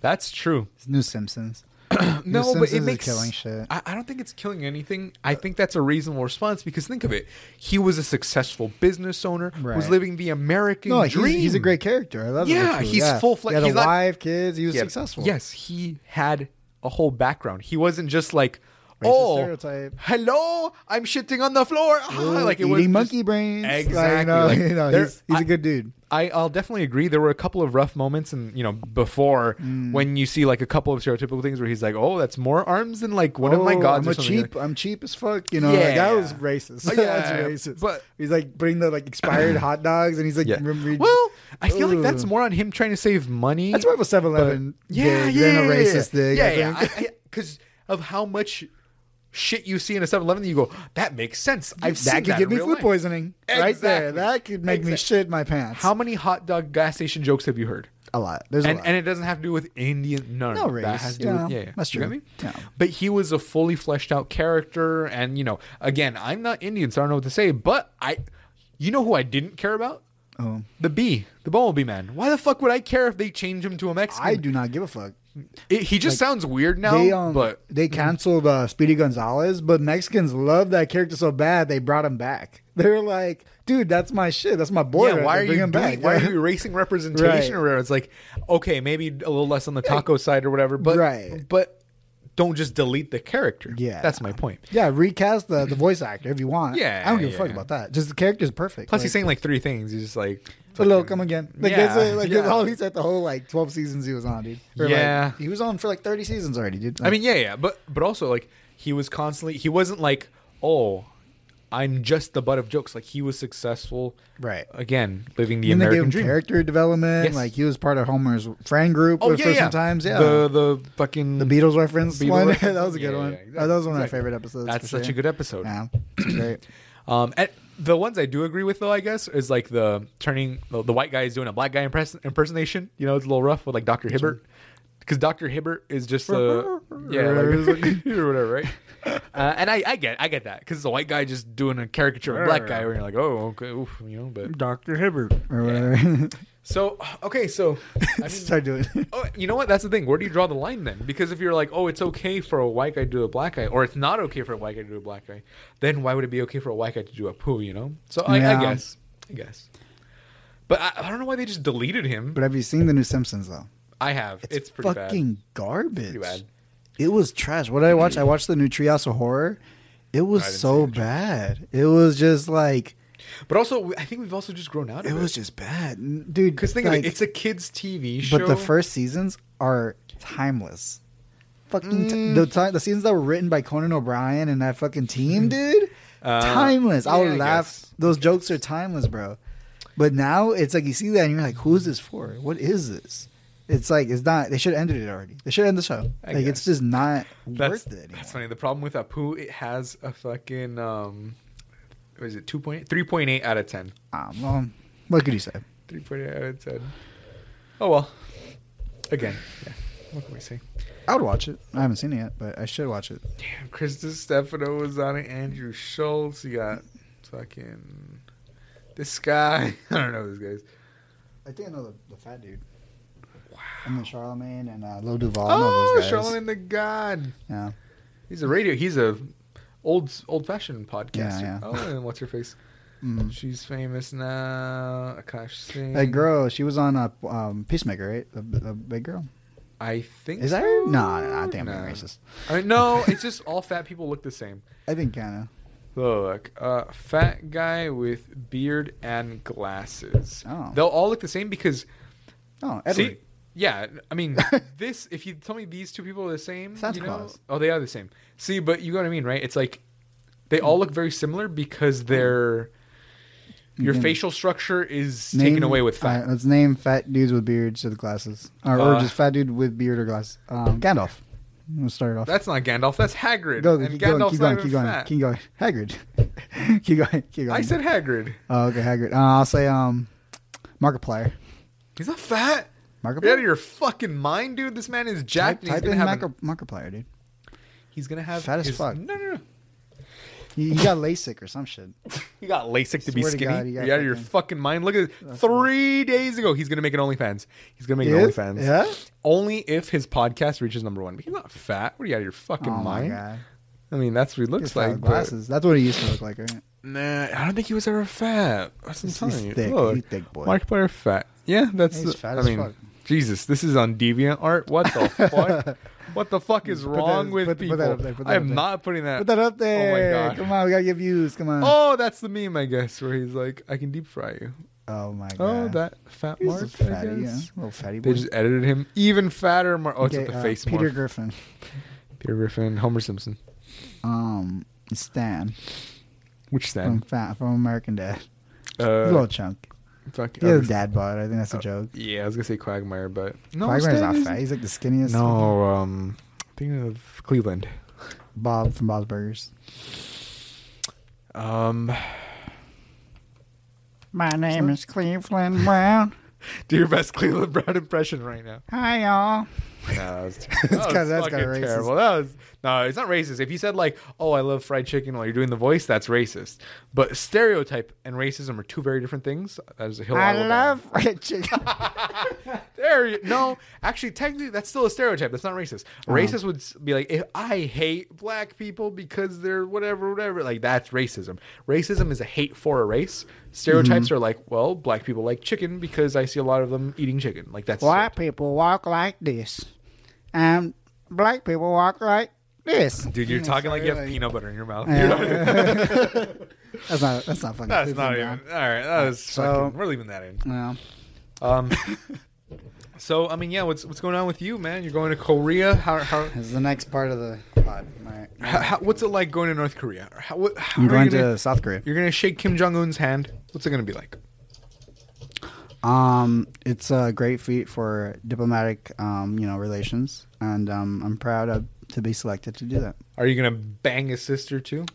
[SPEAKER 1] That's true
[SPEAKER 2] it's New Simpsons. New
[SPEAKER 1] no, but
[SPEAKER 2] Simpsons
[SPEAKER 1] it
[SPEAKER 2] is
[SPEAKER 1] makes
[SPEAKER 2] killing shit.
[SPEAKER 1] I, I don't think it's killing anything. I think that's a reasonable response because think of it. He was a successful business owner, was
[SPEAKER 2] Right.
[SPEAKER 1] living the American
[SPEAKER 2] No, he's,
[SPEAKER 1] dream.
[SPEAKER 2] he's a great character. I love him.
[SPEAKER 1] Yeah,
[SPEAKER 2] too.
[SPEAKER 1] he's full-fledged-
[SPEAKER 2] He had
[SPEAKER 1] he's
[SPEAKER 2] a
[SPEAKER 1] not-
[SPEAKER 2] wife, kids. He was
[SPEAKER 1] Yeah,
[SPEAKER 2] successful.
[SPEAKER 1] Yes, he had a whole background. He wasn't just like
[SPEAKER 2] Racist
[SPEAKER 1] oh,
[SPEAKER 2] stereotype.
[SPEAKER 1] hello, I'm shitting on the floor. Ah, like it
[SPEAKER 2] eating
[SPEAKER 1] was just-
[SPEAKER 2] monkey brains. Like,
[SPEAKER 1] Exactly,
[SPEAKER 2] no,
[SPEAKER 1] like,
[SPEAKER 2] you know,
[SPEAKER 1] there-
[SPEAKER 2] he's, he's
[SPEAKER 1] I-
[SPEAKER 2] a good dude.
[SPEAKER 1] I, I'll definitely agree. There were a couple of rough moments, and you know, before
[SPEAKER 2] Mm.
[SPEAKER 1] when you see like a couple of stereotypical things where he's like, "Oh, that's more arms than like one of my
[SPEAKER 2] Oh,
[SPEAKER 1] gods."
[SPEAKER 2] I'm
[SPEAKER 1] or
[SPEAKER 2] a
[SPEAKER 1] something like
[SPEAKER 2] cheap. I'm cheap as fuck. You know, like, that
[SPEAKER 1] Yeah.
[SPEAKER 2] was racist.
[SPEAKER 1] Oh, yeah,
[SPEAKER 2] That's racist.
[SPEAKER 1] but-
[SPEAKER 2] he's like putting the like expired hot dogs, and he's like,
[SPEAKER 1] Yeah.
[SPEAKER 2] rem- re-
[SPEAKER 1] well, I feel like that's
[SPEAKER 2] Ugh.
[SPEAKER 1] more on him trying to save money.
[SPEAKER 2] That's more of a 7-Eleven
[SPEAKER 1] yeah,
[SPEAKER 2] dig
[SPEAKER 1] yeah,
[SPEAKER 2] than a
[SPEAKER 1] yeah, yeah.
[SPEAKER 2] racist dig.
[SPEAKER 1] Yeah,
[SPEAKER 2] I
[SPEAKER 1] yeah,
[SPEAKER 2] think.
[SPEAKER 1] because of how much shit you see in a 7-Eleven, you go, that makes sense. I've seen
[SPEAKER 2] that could
[SPEAKER 1] in
[SPEAKER 2] give me
[SPEAKER 1] real
[SPEAKER 2] food
[SPEAKER 1] life."
[SPEAKER 2] poisoning right there.
[SPEAKER 1] Exactly.
[SPEAKER 2] That could make me
[SPEAKER 1] Exact-
[SPEAKER 2] shit my pants.
[SPEAKER 1] How many hot dog gas station jokes have you heard?
[SPEAKER 2] a lot. There's
[SPEAKER 1] And
[SPEAKER 2] a lot.
[SPEAKER 1] and it doesn't have to do with Indian. No,
[SPEAKER 2] No race.
[SPEAKER 1] That has to do
[SPEAKER 2] Yeah,
[SPEAKER 1] with, yeah, yeah.
[SPEAKER 2] that's
[SPEAKER 1] You get
[SPEAKER 2] true.
[SPEAKER 1] me?
[SPEAKER 2] Yeah.
[SPEAKER 1] But he was a fully fleshed out character, and you know, again, I'm not Indian, so I don't know what to say. But I, you know, who I didn't care about.
[SPEAKER 2] oh,
[SPEAKER 1] The bee, the bumblebee man. Why the fuck would I care if they change him to a Mexican?
[SPEAKER 2] I do not give a fuck.
[SPEAKER 1] It, he just sounds weird now,
[SPEAKER 2] They um,
[SPEAKER 1] but Mhm.
[SPEAKER 2] they canceled uh, Speedy Gonzalez, but Mexicans love that character so bad they brought him back. They're like, dude, that's my shit. That's my boy.
[SPEAKER 1] yeah,
[SPEAKER 2] right
[SPEAKER 1] why
[SPEAKER 2] there.
[SPEAKER 1] are
[SPEAKER 2] Bring
[SPEAKER 1] you
[SPEAKER 2] him
[SPEAKER 1] doing,
[SPEAKER 2] back?
[SPEAKER 1] why are you erasing representation
[SPEAKER 2] Right.
[SPEAKER 1] or whatever? It's like okay, maybe a little less on the taco side or whatever, but
[SPEAKER 2] Right.
[SPEAKER 1] but don't just delete the character.
[SPEAKER 2] Yeah.
[SPEAKER 1] that's my point.
[SPEAKER 2] yeah, recast the, the voice actor if you want.
[SPEAKER 1] Yeah,
[SPEAKER 2] I don't give a fuck
[SPEAKER 1] yeah.
[SPEAKER 2] about that. Just the character's perfect.
[SPEAKER 1] Plus,
[SPEAKER 2] like,
[SPEAKER 1] he's saying like three things. He's just like,
[SPEAKER 2] Hello, come again. Like
[SPEAKER 1] Yeah,
[SPEAKER 2] that's it. Like that's
[SPEAKER 1] yeah.
[SPEAKER 2] all he said the whole like twelve seasons he was on, dude. Or, like,
[SPEAKER 1] Yeah.
[SPEAKER 2] he was on for like thirty seasons already, dude.
[SPEAKER 1] I mean, yeah, yeah, but but also like he was constantly he wasn't like oh. I'm just the butt of jokes. Like he was successful,
[SPEAKER 2] Right.
[SPEAKER 1] Again, living the
[SPEAKER 2] And they gave
[SPEAKER 1] American
[SPEAKER 2] him
[SPEAKER 1] dream.
[SPEAKER 2] character development.
[SPEAKER 1] Yes.
[SPEAKER 2] Like he was part of Homer's friend group
[SPEAKER 1] Oh
[SPEAKER 2] for
[SPEAKER 1] yeah, yeah.
[SPEAKER 2] some times. Yeah,
[SPEAKER 1] The the fucking
[SPEAKER 2] The Beatles reference
[SPEAKER 1] Beatles
[SPEAKER 2] one.
[SPEAKER 1] reference.
[SPEAKER 2] that was a good
[SPEAKER 1] Yeah,
[SPEAKER 2] one.
[SPEAKER 1] yeah, yeah,
[SPEAKER 2] Uh, that was one of
[SPEAKER 1] exactly.
[SPEAKER 2] my favorite episodes.
[SPEAKER 1] That's
[SPEAKER 2] for
[SPEAKER 1] such
[SPEAKER 2] sure.
[SPEAKER 1] a good episode.
[SPEAKER 2] Yeah, it's great.
[SPEAKER 1] Um, and the ones I do agree with, though, I guess, is like the turning the, the white guy is doing a black guy impress- impersonation. You know, it's a little rough with like Dr. Hibbert because Dr. Hibbert is just a yeah, like, or whatever, right? Uh, and I, I get I get that because it's a white guy just doing a caricature of a black guy, where you're like, oh, okay, oof, you know. But
[SPEAKER 2] Doctor Hibbert or whatever.
[SPEAKER 1] so okay, so I mean,
[SPEAKER 2] Start doing. it.
[SPEAKER 1] Oh, you know what? That's the thing. Where do you draw the line then? Because if you're like, oh, it's okay for a white guy to do a black guy, or it's not okay for a white guy to do a black guy, then why would it be okay for a white guy to do a poo? You know? So I, I
[SPEAKER 2] Yeah.
[SPEAKER 1] guess, I guess. But I, I don't know why they just deleted him.
[SPEAKER 2] But have you seen the new Simpsons though?
[SPEAKER 1] I have. It's, pretty bad.
[SPEAKER 2] fucking garbage.
[SPEAKER 1] Pretty bad.
[SPEAKER 2] It was trash. What did I watch? I watched the new Treehouse of Horror. It was
[SPEAKER 1] I didn't
[SPEAKER 2] so bad. It was just like
[SPEAKER 1] But also, I think we've also just grown out of
[SPEAKER 2] it
[SPEAKER 1] it.
[SPEAKER 2] was just bad, N- dude.
[SPEAKER 1] because think of
[SPEAKER 2] like,
[SPEAKER 1] it. It's a kids' TV show.
[SPEAKER 2] but the first seasons are timeless. Fucking t-
[SPEAKER 1] Mm.
[SPEAKER 2] the ti- the scenes that were written by Conan O'Brien and that fucking team, dude,
[SPEAKER 1] Uh,
[SPEAKER 2] timeless. I would
[SPEAKER 1] yeah, I
[SPEAKER 2] laugh.
[SPEAKER 1] guess.
[SPEAKER 2] Those jokes are timeless, bro. But now it's like you see that and you're like, who is this for? What is this? It's like it's not. They should have ended it already. They should end the show.
[SPEAKER 1] I
[SPEAKER 2] like
[SPEAKER 1] guess.
[SPEAKER 2] it's just not
[SPEAKER 1] that's,
[SPEAKER 2] worth it anymore.
[SPEAKER 1] that's funny. The problem with Apu, it has a fucking um, what is it? 2.8? 3.8 out of ten.
[SPEAKER 2] Um, well, what could you say?
[SPEAKER 1] Three point eight out of ten. Oh well. Again, yeah. What can we say?
[SPEAKER 2] I would watch it. I haven't seen it yet, but I should watch it.
[SPEAKER 1] Damn, Krista Stefano was on it. Andrew Schultz. You got fucking this guy. I don't know who this guy's.
[SPEAKER 2] I think I know the, the fat dude. And then Charlemagne and uh, Lo Duval. I know
[SPEAKER 1] Oh,
[SPEAKER 2] those guys.
[SPEAKER 1] Charlemagne the God.
[SPEAKER 2] Yeah.
[SPEAKER 1] He's a radio. He's a old old fashioned podcaster.
[SPEAKER 2] Yeah, yeah.
[SPEAKER 1] Oh, and what's her face?
[SPEAKER 2] Mm.
[SPEAKER 1] She's famous now. Akash Singh.
[SPEAKER 2] That girl, she was on a um, Peacemaker, right? The, the big girl.
[SPEAKER 1] I think
[SPEAKER 2] Is that
[SPEAKER 1] so?
[SPEAKER 2] her? No, no, no, I think I'm being
[SPEAKER 1] No.
[SPEAKER 2] racist.
[SPEAKER 1] I mean, no, it's just all fat people look the same.
[SPEAKER 2] I think kind
[SPEAKER 1] Look, uh, fat guy with beard and glasses.
[SPEAKER 2] Oh.
[SPEAKER 1] They'll all look the same because
[SPEAKER 2] Oh,
[SPEAKER 1] see,
[SPEAKER 2] Edward.
[SPEAKER 1] yeah. I mean, this. If you tell me these two people are the same,
[SPEAKER 2] Santa
[SPEAKER 1] you know-
[SPEAKER 2] Claus.
[SPEAKER 1] Oh, they are the same. See, but you know what I mean, right? It's like they all look very similar because their your
[SPEAKER 2] Hmm. Again.
[SPEAKER 1] facial structure is taken
[SPEAKER 2] Name-
[SPEAKER 1] away with
[SPEAKER 2] all
[SPEAKER 1] fat.
[SPEAKER 2] right, let's name fat dudes with beards with glasses, or, or
[SPEAKER 1] Uh,
[SPEAKER 2] just fat dude with beard or glasses. Um, Gandalf. We'll start it off.
[SPEAKER 1] That's not Gandalf. That's Hagrid.
[SPEAKER 2] Go,
[SPEAKER 1] and
[SPEAKER 2] keep
[SPEAKER 1] Gandalf's
[SPEAKER 2] going, keep
[SPEAKER 1] not even
[SPEAKER 2] going, keep going,
[SPEAKER 1] fat.
[SPEAKER 2] keep going. Hagrid. keep going, keep going.
[SPEAKER 1] I said Hagrid.
[SPEAKER 2] Oh, okay, Hagrid. Uh, I'll say um, Markiplier.
[SPEAKER 1] He's not fat.
[SPEAKER 2] Markiplier.
[SPEAKER 1] You're out of your fucking mind, dude. This man is jacked.
[SPEAKER 2] Type, type
[SPEAKER 1] and he's
[SPEAKER 2] in
[SPEAKER 1] gonna have. an-
[SPEAKER 2] Marki- Markiplier, dude.
[SPEAKER 1] he's gonna have.
[SPEAKER 2] Fat as
[SPEAKER 1] his-
[SPEAKER 2] fuck.
[SPEAKER 1] No, no, no.
[SPEAKER 2] He, he got LASIK or some shit.
[SPEAKER 1] You got LASIK to be
[SPEAKER 2] Swear to
[SPEAKER 1] skinny.
[SPEAKER 2] God, you
[SPEAKER 1] you
[SPEAKER 2] got
[SPEAKER 1] are out of your
[SPEAKER 2] fucking-
[SPEAKER 1] fucking mind. Look at this. Three days ago, he's gonna make an OnlyFans. He's gonna make an
[SPEAKER 2] He is?
[SPEAKER 1] OnlyFans.
[SPEAKER 2] Yeah?
[SPEAKER 1] Only if his podcast reaches number one. But he's not fat. What are you out of your fucking
[SPEAKER 2] oh my
[SPEAKER 1] mind?
[SPEAKER 2] god.
[SPEAKER 1] I mean, that's what he
[SPEAKER 2] He's
[SPEAKER 1] looks
[SPEAKER 2] fat
[SPEAKER 1] like.
[SPEAKER 2] with
[SPEAKER 1] but-
[SPEAKER 2] glasses. That's what he used to look like, right?
[SPEAKER 1] Nah, I don't think he was ever fat. That's
[SPEAKER 2] He's-
[SPEAKER 1] what I'm telling
[SPEAKER 2] he's
[SPEAKER 1] you.
[SPEAKER 2] thick.
[SPEAKER 1] Look,
[SPEAKER 2] He's thick boy.
[SPEAKER 1] Markiplier fat. Yeah, that's.
[SPEAKER 2] He's
[SPEAKER 1] the-
[SPEAKER 2] fat
[SPEAKER 1] I
[SPEAKER 2] as
[SPEAKER 1] mean,
[SPEAKER 2] fuck.
[SPEAKER 1] Jesus, this is on Deviant Art. What the fuck? What the fuck is
[SPEAKER 2] that-
[SPEAKER 1] wrong with
[SPEAKER 2] put- put
[SPEAKER 1] people?
[SPEAKER 2] that up there, put that
[SPEAKER 1] I
[SPEAKER 2] up
[SPEAKER 1] am
[SPEAKER 2] there.
[SPEAKER 1] not putting that.
[SPEAKER 2] Put that up there.
[SPEAKER 1] Oh God.
[SPEAKER 2] Come on, we gotta get views. Come on.
[SPEAKER 1] Oh, that's the meme, I guess, where he's like, "I can deep fry you."
[SPEAKER 2] Oh my god.
[SPEAKER 1] Oh, that fat
[SPEAKER 2] He's a
[SPEAKER 1] mark.
[SPEAKER 2] fatty,
[SPEAKER 1] I
[SPEAKER 2] yeah.
[SPEAKER 1] guess.
[SPEAKER 2] Little fatty boy.
[SPEAKER 1] They just edited him even fatter. Mar- oh, it's
[SPEAKER 2] Okay,
[SPEAKER 1] at the
[SPEAKER 2] uh,
[SPEAKER 1] face.
[SPEAKER 2] Peter
[SPEAKER 1] morph.
[SPEAKER 2] Griffin.
[SPEAKER 1] Peter Griffin, Homer Simpson.
[SPEAKER 2] Um, Stan
[SPEAKER 1] Which
[SPEAKER 2] from
[SPEAKER 1] Stan?
[SPEAKER 2] Fa- from American Dad. Oh. He's a
[SPEAKER 1] Uh,
[SPEAKER 2] little chunk.
[SPEAKER 1] fuck,
[SPEAKER 2] He has
[SPEAKER 1] uh,
[SPEAKER 2] dad bod. I think that's a
[SPEAKER 1] uh,
[SPEAKER 2] joke.
[SPEAKER 1] yeah, I was gonna say Quagmire, but no,
[SPEAKER 2] Quagmire's
[SPEAKER 1] Stan
[SPEAKER 2] not
[SPEAKER 1] is-
[SPEAKER 2] fat. He's like the skinniest.
[SPEAKER 1] No, um, thinking of Cleveland.
[SPEAKER 2] Bob from Bob's Burgers.
[SPEAKER 1] Um,
[SPEAKER 2] My name is Cleveland Brown.
[SPEAKER 1] do your best Cleveland Brown impression right now.
[SPEAKER 2] Hi y'all.
[SPEAKER 1] No, that was, that
[SPEAKER 2] That's
[SPEAKER 1] was
[SPEAKER 2] kinda- that's
[SPEAKER 1] fucking
[SPEAKER 2] kinda racist.
[SPEAKER 1] terrible. That was no, it's not racist. If you said like, "Oh, I love fried chicken" while you're doing the voice, that's racist. But stereotype and racism are two very different things. That is a hill
[SPEAKER 2] I
[SPEAKER 1] will die
[SPEAKER 2] love fried chicken.
[SPEAKER 1] There, you, no, actually, technically, that's still a stereotype. That's not racist.
[SPEAKER 2] Uh-huh.
[SPEAKER 1] Racist would s- be like, if I hate black people because they're whatever, whatever. Like that's racism. Racism is a hate for a race. Stereotypes
[SPEAKER 2] Mm-hmm.
[SPEAKER 1] are like, well, black people like chicken because I see a lot of them eating chicken. Like that's
[SPEAKER 2] White people walk like this, and black people walk like this.
[SPEAKER 1] Dude, you're talking like you have
[SPEAKER 2] Sorry,
[SPEAKER 1] peanut butter in your mouth.
[SPEAKER 2] Yeah.
[SPEAKER 1] You're not-
[SPEAKER 2] That's not. That's not fucking.
[SPEAKER 1] That's
[SPEAKER 2] Cleveland
[SPEAKER 1] not even.
[SPEAKER 2] Brown.
[SPEAKER 1] All right, that was
[SPEAKER 2] So-
[SPEAKER 1] fucking. We're leaving that in.
[SPEAKER 2] Well,
[SPEAKER 1] Um, so I mean, yeah, what's what's going on with you, man? You're going to Korea. How how,
[SPEAKER 2] this is the next part of the pod. All right.
[SPEAKER 1] how, how what's it like going to North Korea? How, what, how are
[SPEAKER 2] I'm
[SPEAKER 1] you
[SPEAKER 2] going
[SPEAKER 1] gonna-
[SPEAKER 2] to South Korea.
[SPEAKER 1] You're gonna shake Kim Jong Un's hand. What's it gonna be like?
[SPEAKER 2] Um, it's a great feat for diplomatic, um, you know, relations, and um, I'm proud of, to be selected to do that.
[SPEAKER 1] Are you gonna bang his sister too?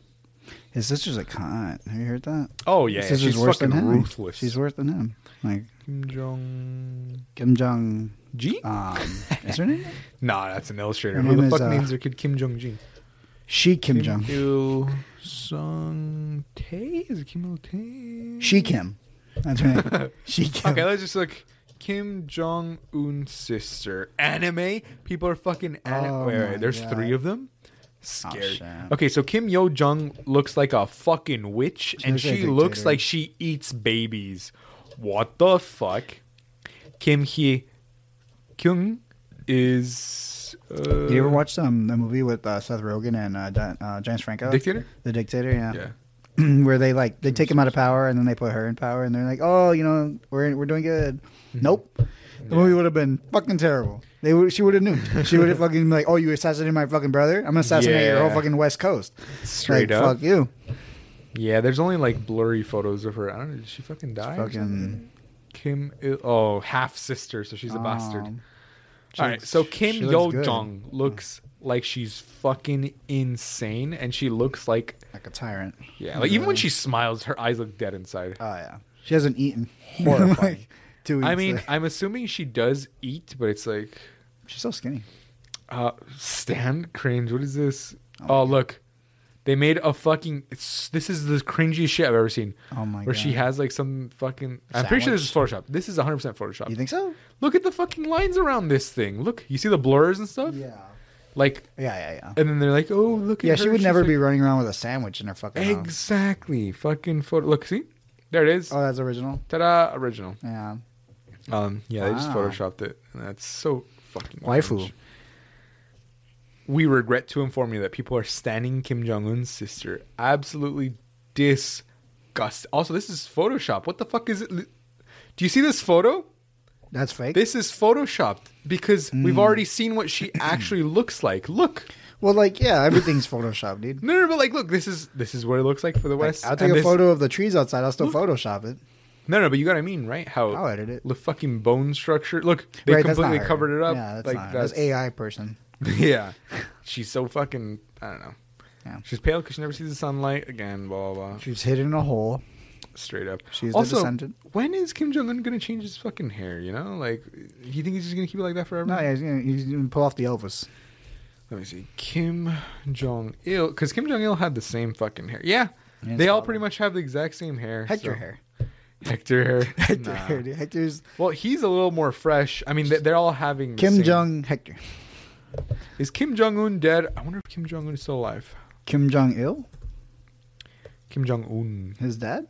[SPEAKER 2] His sister's a cunt. Have you heard that?
[SPEAKER 1] Oh yeah,
[SPEAKER 2] His
[SPEAKER 1] she's fucking
[SPEAKER 2] him.
[SPEAKER 1] ruthless.
[SPEAKER 2] She's worse than him. Like
[SPEAKER 1] Kim Jong
[SPEAKER 2] Kim Jong.
[SPEAKER 1] Ji?
[SPEAKER 2] Um, is her name?
[SPEAKER 1] Nah, that's an illustrator.
[SPEAKER 2] Her
[SPEAKER 1] Who
[SPEAKER 2] name
[SPEAKER 1] the
[SPEAKER 2] is,
[SPEAKER 1] fuck
[SPEAKER 2] uh,
[SPEAKER 1] names their kid Kim Jong Jin?
[SPEAKER 2] She Kim Jong.
[SPEAKER 1] Il Sung Tae? Is it Kim Il Tae?
[SPEAKER 2] She Kim. That's her name. she Kim.
[SPEAKER 1] Okay, let's just look. Kim Jong Un's sister. Anime? People are fucking anime.
[SPEAKER 2] Oh
[SPEAKER 1] wait, wait,
[SPEAKER 2] my
[SPEAKER 1] there's
[SPEAKER 2] God. Oh,
[SPEAKER 1] three of them? Scary.
[SPEAKER 2] shit.
[SPEAKER 1] okay, so Kim Yo Jong looks like a fucking witch and
[SPEAKER 2] looks like a
[SPEAKER 1] she looks
[SPEAKER 2] dictator.
[SPEAKER 1] like she eats babies. What the fuck? Kim Hee Kyung is. Uh,
[SPEAKER 2] Did you ever watch um, the movie with uh, Seth Rogen and uh, Dan- uh, James Franco?
[SPEAKER 1] Dictator?
[SPEAKER 2] The Dictator, yeah.
[SPEAKER 1] Yeah.
[SPEAKER 2] Where they like they take him out of power and then they put her in power and they're like, oh, you know, we're we're doing good.
[SPEAKER 1] Mm-hmm.
[SPEAKER 2] Nope. The movie would have been fucking terrible. They would, she would have knew. She would have fucking been like, oh, you assassinated my fucking brother. I'm gonna assassinate your whole
[SPEAKER 1] Yeah.
[SPEAKER 2] fucking West Coast.
[SPEAKER 1] Straight
[SPEAKER 2] like,
[SPEAKER 1] up.
[SPEAKER 2] Fuck you.
[SPEAKER 1] Yeah, there's only like blurry photos of her. I don't know. Did she fucking die? or something?
[SPEAKER 2] Fucking.
[SPEAKER 1] Kim. Il- oh, half sister, so she's a bastard.
[SPEAKER 2] um, she
[SPEAKER 1] All right,
[SPEAKER 2] looks-
[SPEAKER 1] so
[SPEAKER 2] she
[SPEAKER 1] Kim
[SPEAKER 2] looks
[SPEAKER 1] Yo
[SPEAKER 2] good.
[SPEAKER 1] Jong looks like she's fucking insane, and she looks like
[SPEAKER 2] Like a tyrant.
[SPEAKER 1] yeah, like even when she smiles, her eyes look dead inside.
[SPEAKER 2] Oh yeah. She hasn't eaten.
[SPEAKER 1] Horrifying.
[SPEAKER 2] like two weeks.
[SPEAKER 1] I mean,
[SPEAKER 2] Like,
[SPEAKER 1] I'm assuming she does eat, but it's like
[SPEAKER 2] she's so skinny.
[SPEAKER 1] uh Stan cringe. What is this? Oh, look, they made a fucking. It's, this is the cringiest shit I've ever seen.
[SPEAKER 2] Oh my
[SPEAKER 1] Where she
[SPEAKER 2] God.
[SPEAKER 1] has like some fucking. I'm pretty sure this is Photoshop. This is 100 percent Photoshop.
[SPEAKER 2] You think so?
[SPEAKER 1] Look at the fucking lines around this thing. Look, you see the blurs and stuff.
[SPEAKER 2] Yeah.
[SPEAKER 1] Like,
[SPEAKER 2] Yeah, yeah, yeah.
[SPEAKER 1] and then they're like, oh, look at
[SPEAKER 2] Yeah,
[SPEAKER 1] her.
[SPEAKER 2] she would
[SPEAKER 1] She's
[SPEAKER 2] never
[SPEAKER 1] like-
[SPEAKER 2] be running around with a sandwich in her fucking
[SPEAKER 1] Uh-huh.
[SPEAKER 2] mouth.
[SPEAKER 1] Exactly. Fucking photo. Look, see, there it is.
[SPEAKER 2] Oh, that's original.
[SPEAKER 1] Ta-da! Original.
[SPEAKER 2] Yeah.
[SPEAKER 1] Um, yeah, they just
[SPEAKER 2] Wow.
[SPEAKER 1] photoshopped it. And that's so fucking.
[SPEAKER 2] Waifu.
[SPEAKER 1] cringe. We regret to inform you that people are standing Kim Jong Un's sister. Absolutely disgust. Also, this is Photoshop. What the fuck is it? Do you see this photo?
[SPEAKER 2] That's fake.
[SPEAKER 1] This is photoshopped because
[SPEAKER 2] Mm.
[SPEAKER 1] we've already seen what she actually looks like. Look,
[SPEAKER 2] well, like yeah, everything's Photoshop, dude.
[SPEAKER 1] no, no, no, but like, look, this is this is what it looks like for the
[SPEAKER 2] Like,
[SPEAKER 1] West.
[SPEAKER 2] I'll take
[SPEAKER 1] and
[SPEAKER 2] a
[SPEAKER 1] this-
[SPEAKER 2] photo of the trees outside. I'll still Photoshop it.
[SPEAKER 1] No, no, but you got what I mean, right? How
[SPEAKER 2] I'll edit it.
[SPEAKER 1] the fucking bone structure. Look, they
[SPEAKER 2] right, that's not
[SPEAKER 1] completely
[SPEAKER 2] her.
[SPEAKER 1] covered it up.
[SPEAKER 2] Yeah, that's
[SPEAKER 1] like
[SPEAKER 2] not her. That's, AI person.
[SPEAKER 1] yeah, she's so fucking. I don't know.
[SPEAKER 2] Yeah.
[SPEAKER 1] She's pale because she never sees the sunlight again. Blah blah. blah.
[SPEAKER 2] She's hidden in a hole.
[SPEAKER 1] Straight up.
[SPEAKER 2] She's the
[SPEAKER 1] also.
[SPEAKER 2] descendant.
[SPEAKER 1] when is Kim Jong Un gonna change his fucking hair? You know, like, you think he's just gonna keep it like that forever?
[SPEAKER 2] No, yeah, he's gonna, he's gonna pull off the Elvis.
[SPEAKER 1] Let me see. Kim Jong Il, because Kim Jong Il had the same fucking hair. Yeah,
[SPEAKER 2] Yeah, it's
[SPEAKER 1] they all
[SPEAKER 2] probably-
[SPEAKER 1] pretty much have the exact same hair.
[SPEAKER 2] Hector
[SPEAKER 1] so-
[SPEAKER 2] hair.
[SPEAKER 1] Hector hair.
[SPEAKER 2] Hector
[SPEAKER 1] Nah.
[SPEAKER 2] hair, dude. Hector's
[SPEAKER 1] Well, he's a little more fresh. I mean, they- they're all having the
[SPEAKER 2] Kim
[SPEAKER 1] same-
[SPEAKER 2] Jong Hector.
[SPEAKER 1] Is Kim Jong Un dead? I wonder if Kim Jong Un is still alive.
[SPEAKER 2] Kim Jong Il,
[SPEAKER 1] Kim Jong Un.
[SPEAKER 2] his dad.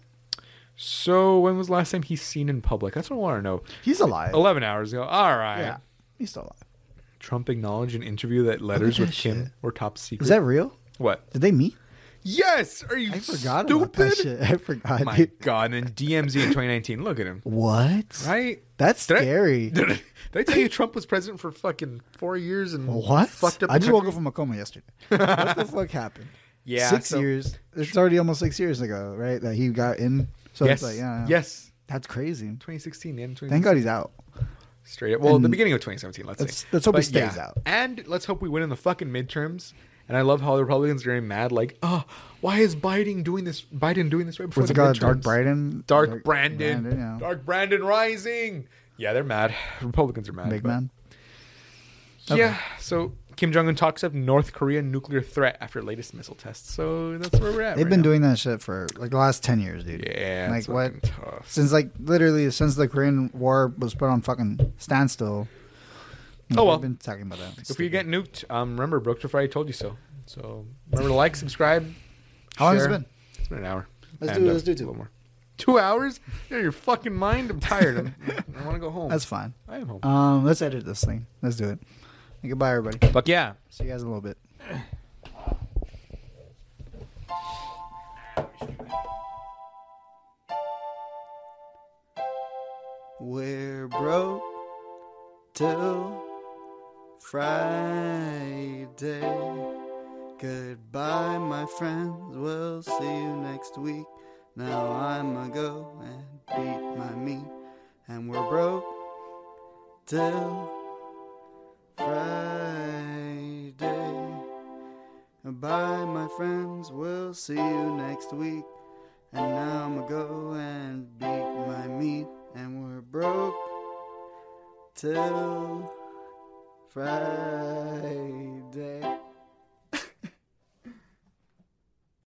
[SPEAKER 1] So when was the last time he's seen in public? That's what I want to know.
[SPEAKER 2] He's alive.
[SPEAKER 1] Eleven hours ago. All right.
[SPEAKER 2] Yeah, he's still alive.
[SPEAKER 1] Trump acknowledged in interview that letters
[SPEAKER 2] that
[SPEAKER 1] with Kim
[SPEAKER 2] shit.
[SPEAKER 1] were top secret.
[SPEAKER 2] Is that real?
[SPEAKER 1] what?
[SPEAKER 2] Did they meet?
[SPEAKER 1] Yes. Are you
[SPEAKER 2] I forgot
[SPEAKER 1] stupid?
[SPEAKER 2] about that shit. I forgot.
[SPEAKER 1] My
[SPEAKER 2] dude.
[SPEAKER 1] God! And DMZ in 2019. Look at him.
[SPEAKER 2] What?
[SPEAKER 1] Right?
[SPEAKER 2] That's
[SPEAKER 1] Did I-
[SPEAKER 2] scary.
[SPEAKER 1] Did I, did I tell you Trump was president for fucking four years and
[SPEAKER 2] What?
[SPEAKER 1] fucked up?
[SPEAKER 2] I
[SPEAKER 1] the
[SPEAKER 2] just woke
[SPEAKER 1] country?
[SPEAKER 2] up from a coma yesterday. what the fuck happened?
[SPEAKER 1] Yeah,
[SPEAKER 2] six
[SPEAKER 1] so-
[SPEAKER 2] years. It's already almost six years ago, right? That he got in. So
[SPEAKER 1] yes.
[SPEAKER 2] it's like, yeah, yeah.
[SPEAKER 1] Yes.
[SPEAKER 2] that's crazy.
[SPEAKER 1] 2016. The end of 2016.
[SPEAKER 2] Thank God he's out.
[SPEAKER 1] Straight up. Well, the
[SPEAKER 2] And-
[SPEAKER 1] beginning of 2017. Let's
[SPEAKER 2] Let's-
[SPEAKER 1] say.
[SPEAKER 2] let's hope he stays out.
[SPEAKER 1] And let's hope we win in the fucking midterms. And I love how the Republicans are getting mad. Like, oh, why is Biden doing this? Biden doing this right before the
[SPEAKER 2] What's it called?
[SPEAKER 1] midterms?
[SPEAKER 2] Dark Brandon.
[SPEAKER 1] Dark, Brandon.
[SPEAKER 2] yeah.
[SPEAKER 1] Dark Brandon rising. Yeah, they're mad. Republicans are mad.
[SPEAKER 2] Big
[SPEAKER 1] but-
[SPEAKER 2] man.
[SPEAKER 1] Yeah. So Kim Jong Un talks up North Korean nuclear threat after latest missile test. So that's where we're at.
[SPEAKER 2] They've
[SPEAKER 1] right
[SPEAKER 2] been
[SPEAKER 1] now.
[SPEAKER 2] doing that shit for like the last ten years, dude.
[SPEAKER 1] Yeah.
[SPEAKER 2] Like
[SPEAKER 1] it's
[SPEAKER 2] what?
[SPEAKER 1] fucking Tough.
[SPEAKER 2] Since like literally since the Korean War was put on fucking standstill.
[SPEAKER 1] Oh, well.
[SPEAKER 2] We've been talking about that.
[SPEAKER 1] If we get nuked, um, remember Broke to Friday told you so. So remember to like, subscribe.
[SPEAKER 2] How long has it
[SPEAKER 1] share.
[SPEAKER 2] been?
[SPEAKER 1] It's been an hour. uh,
[SPEAKER 2] Let's do- let's do
[SPEAKER 1] a
[SPEAKER 2] two.
[SPEAKER 1] little more. Two hours? You're out of your fucking mind. I'm tired. I'm, I want to go home.
[SPEAKER 2] That's fine.
[SPEAKER 1] I am home.
[SPEAKER 2] Um, let's edit this thing. Let's do it. Goodbye, everybody.
[SPEAKER 1] Fuck yeah.
[SPEAKER 2] See you guys in a little bit. We're broke till Friday. Goodbye, my friends. We'll see you next week. Now I'm going to go and beat my meat. And we're broke till Friday. Bye, my friends. We'll see you next week. And now I'm gonna go and beat my meat. And we're broke till Friday.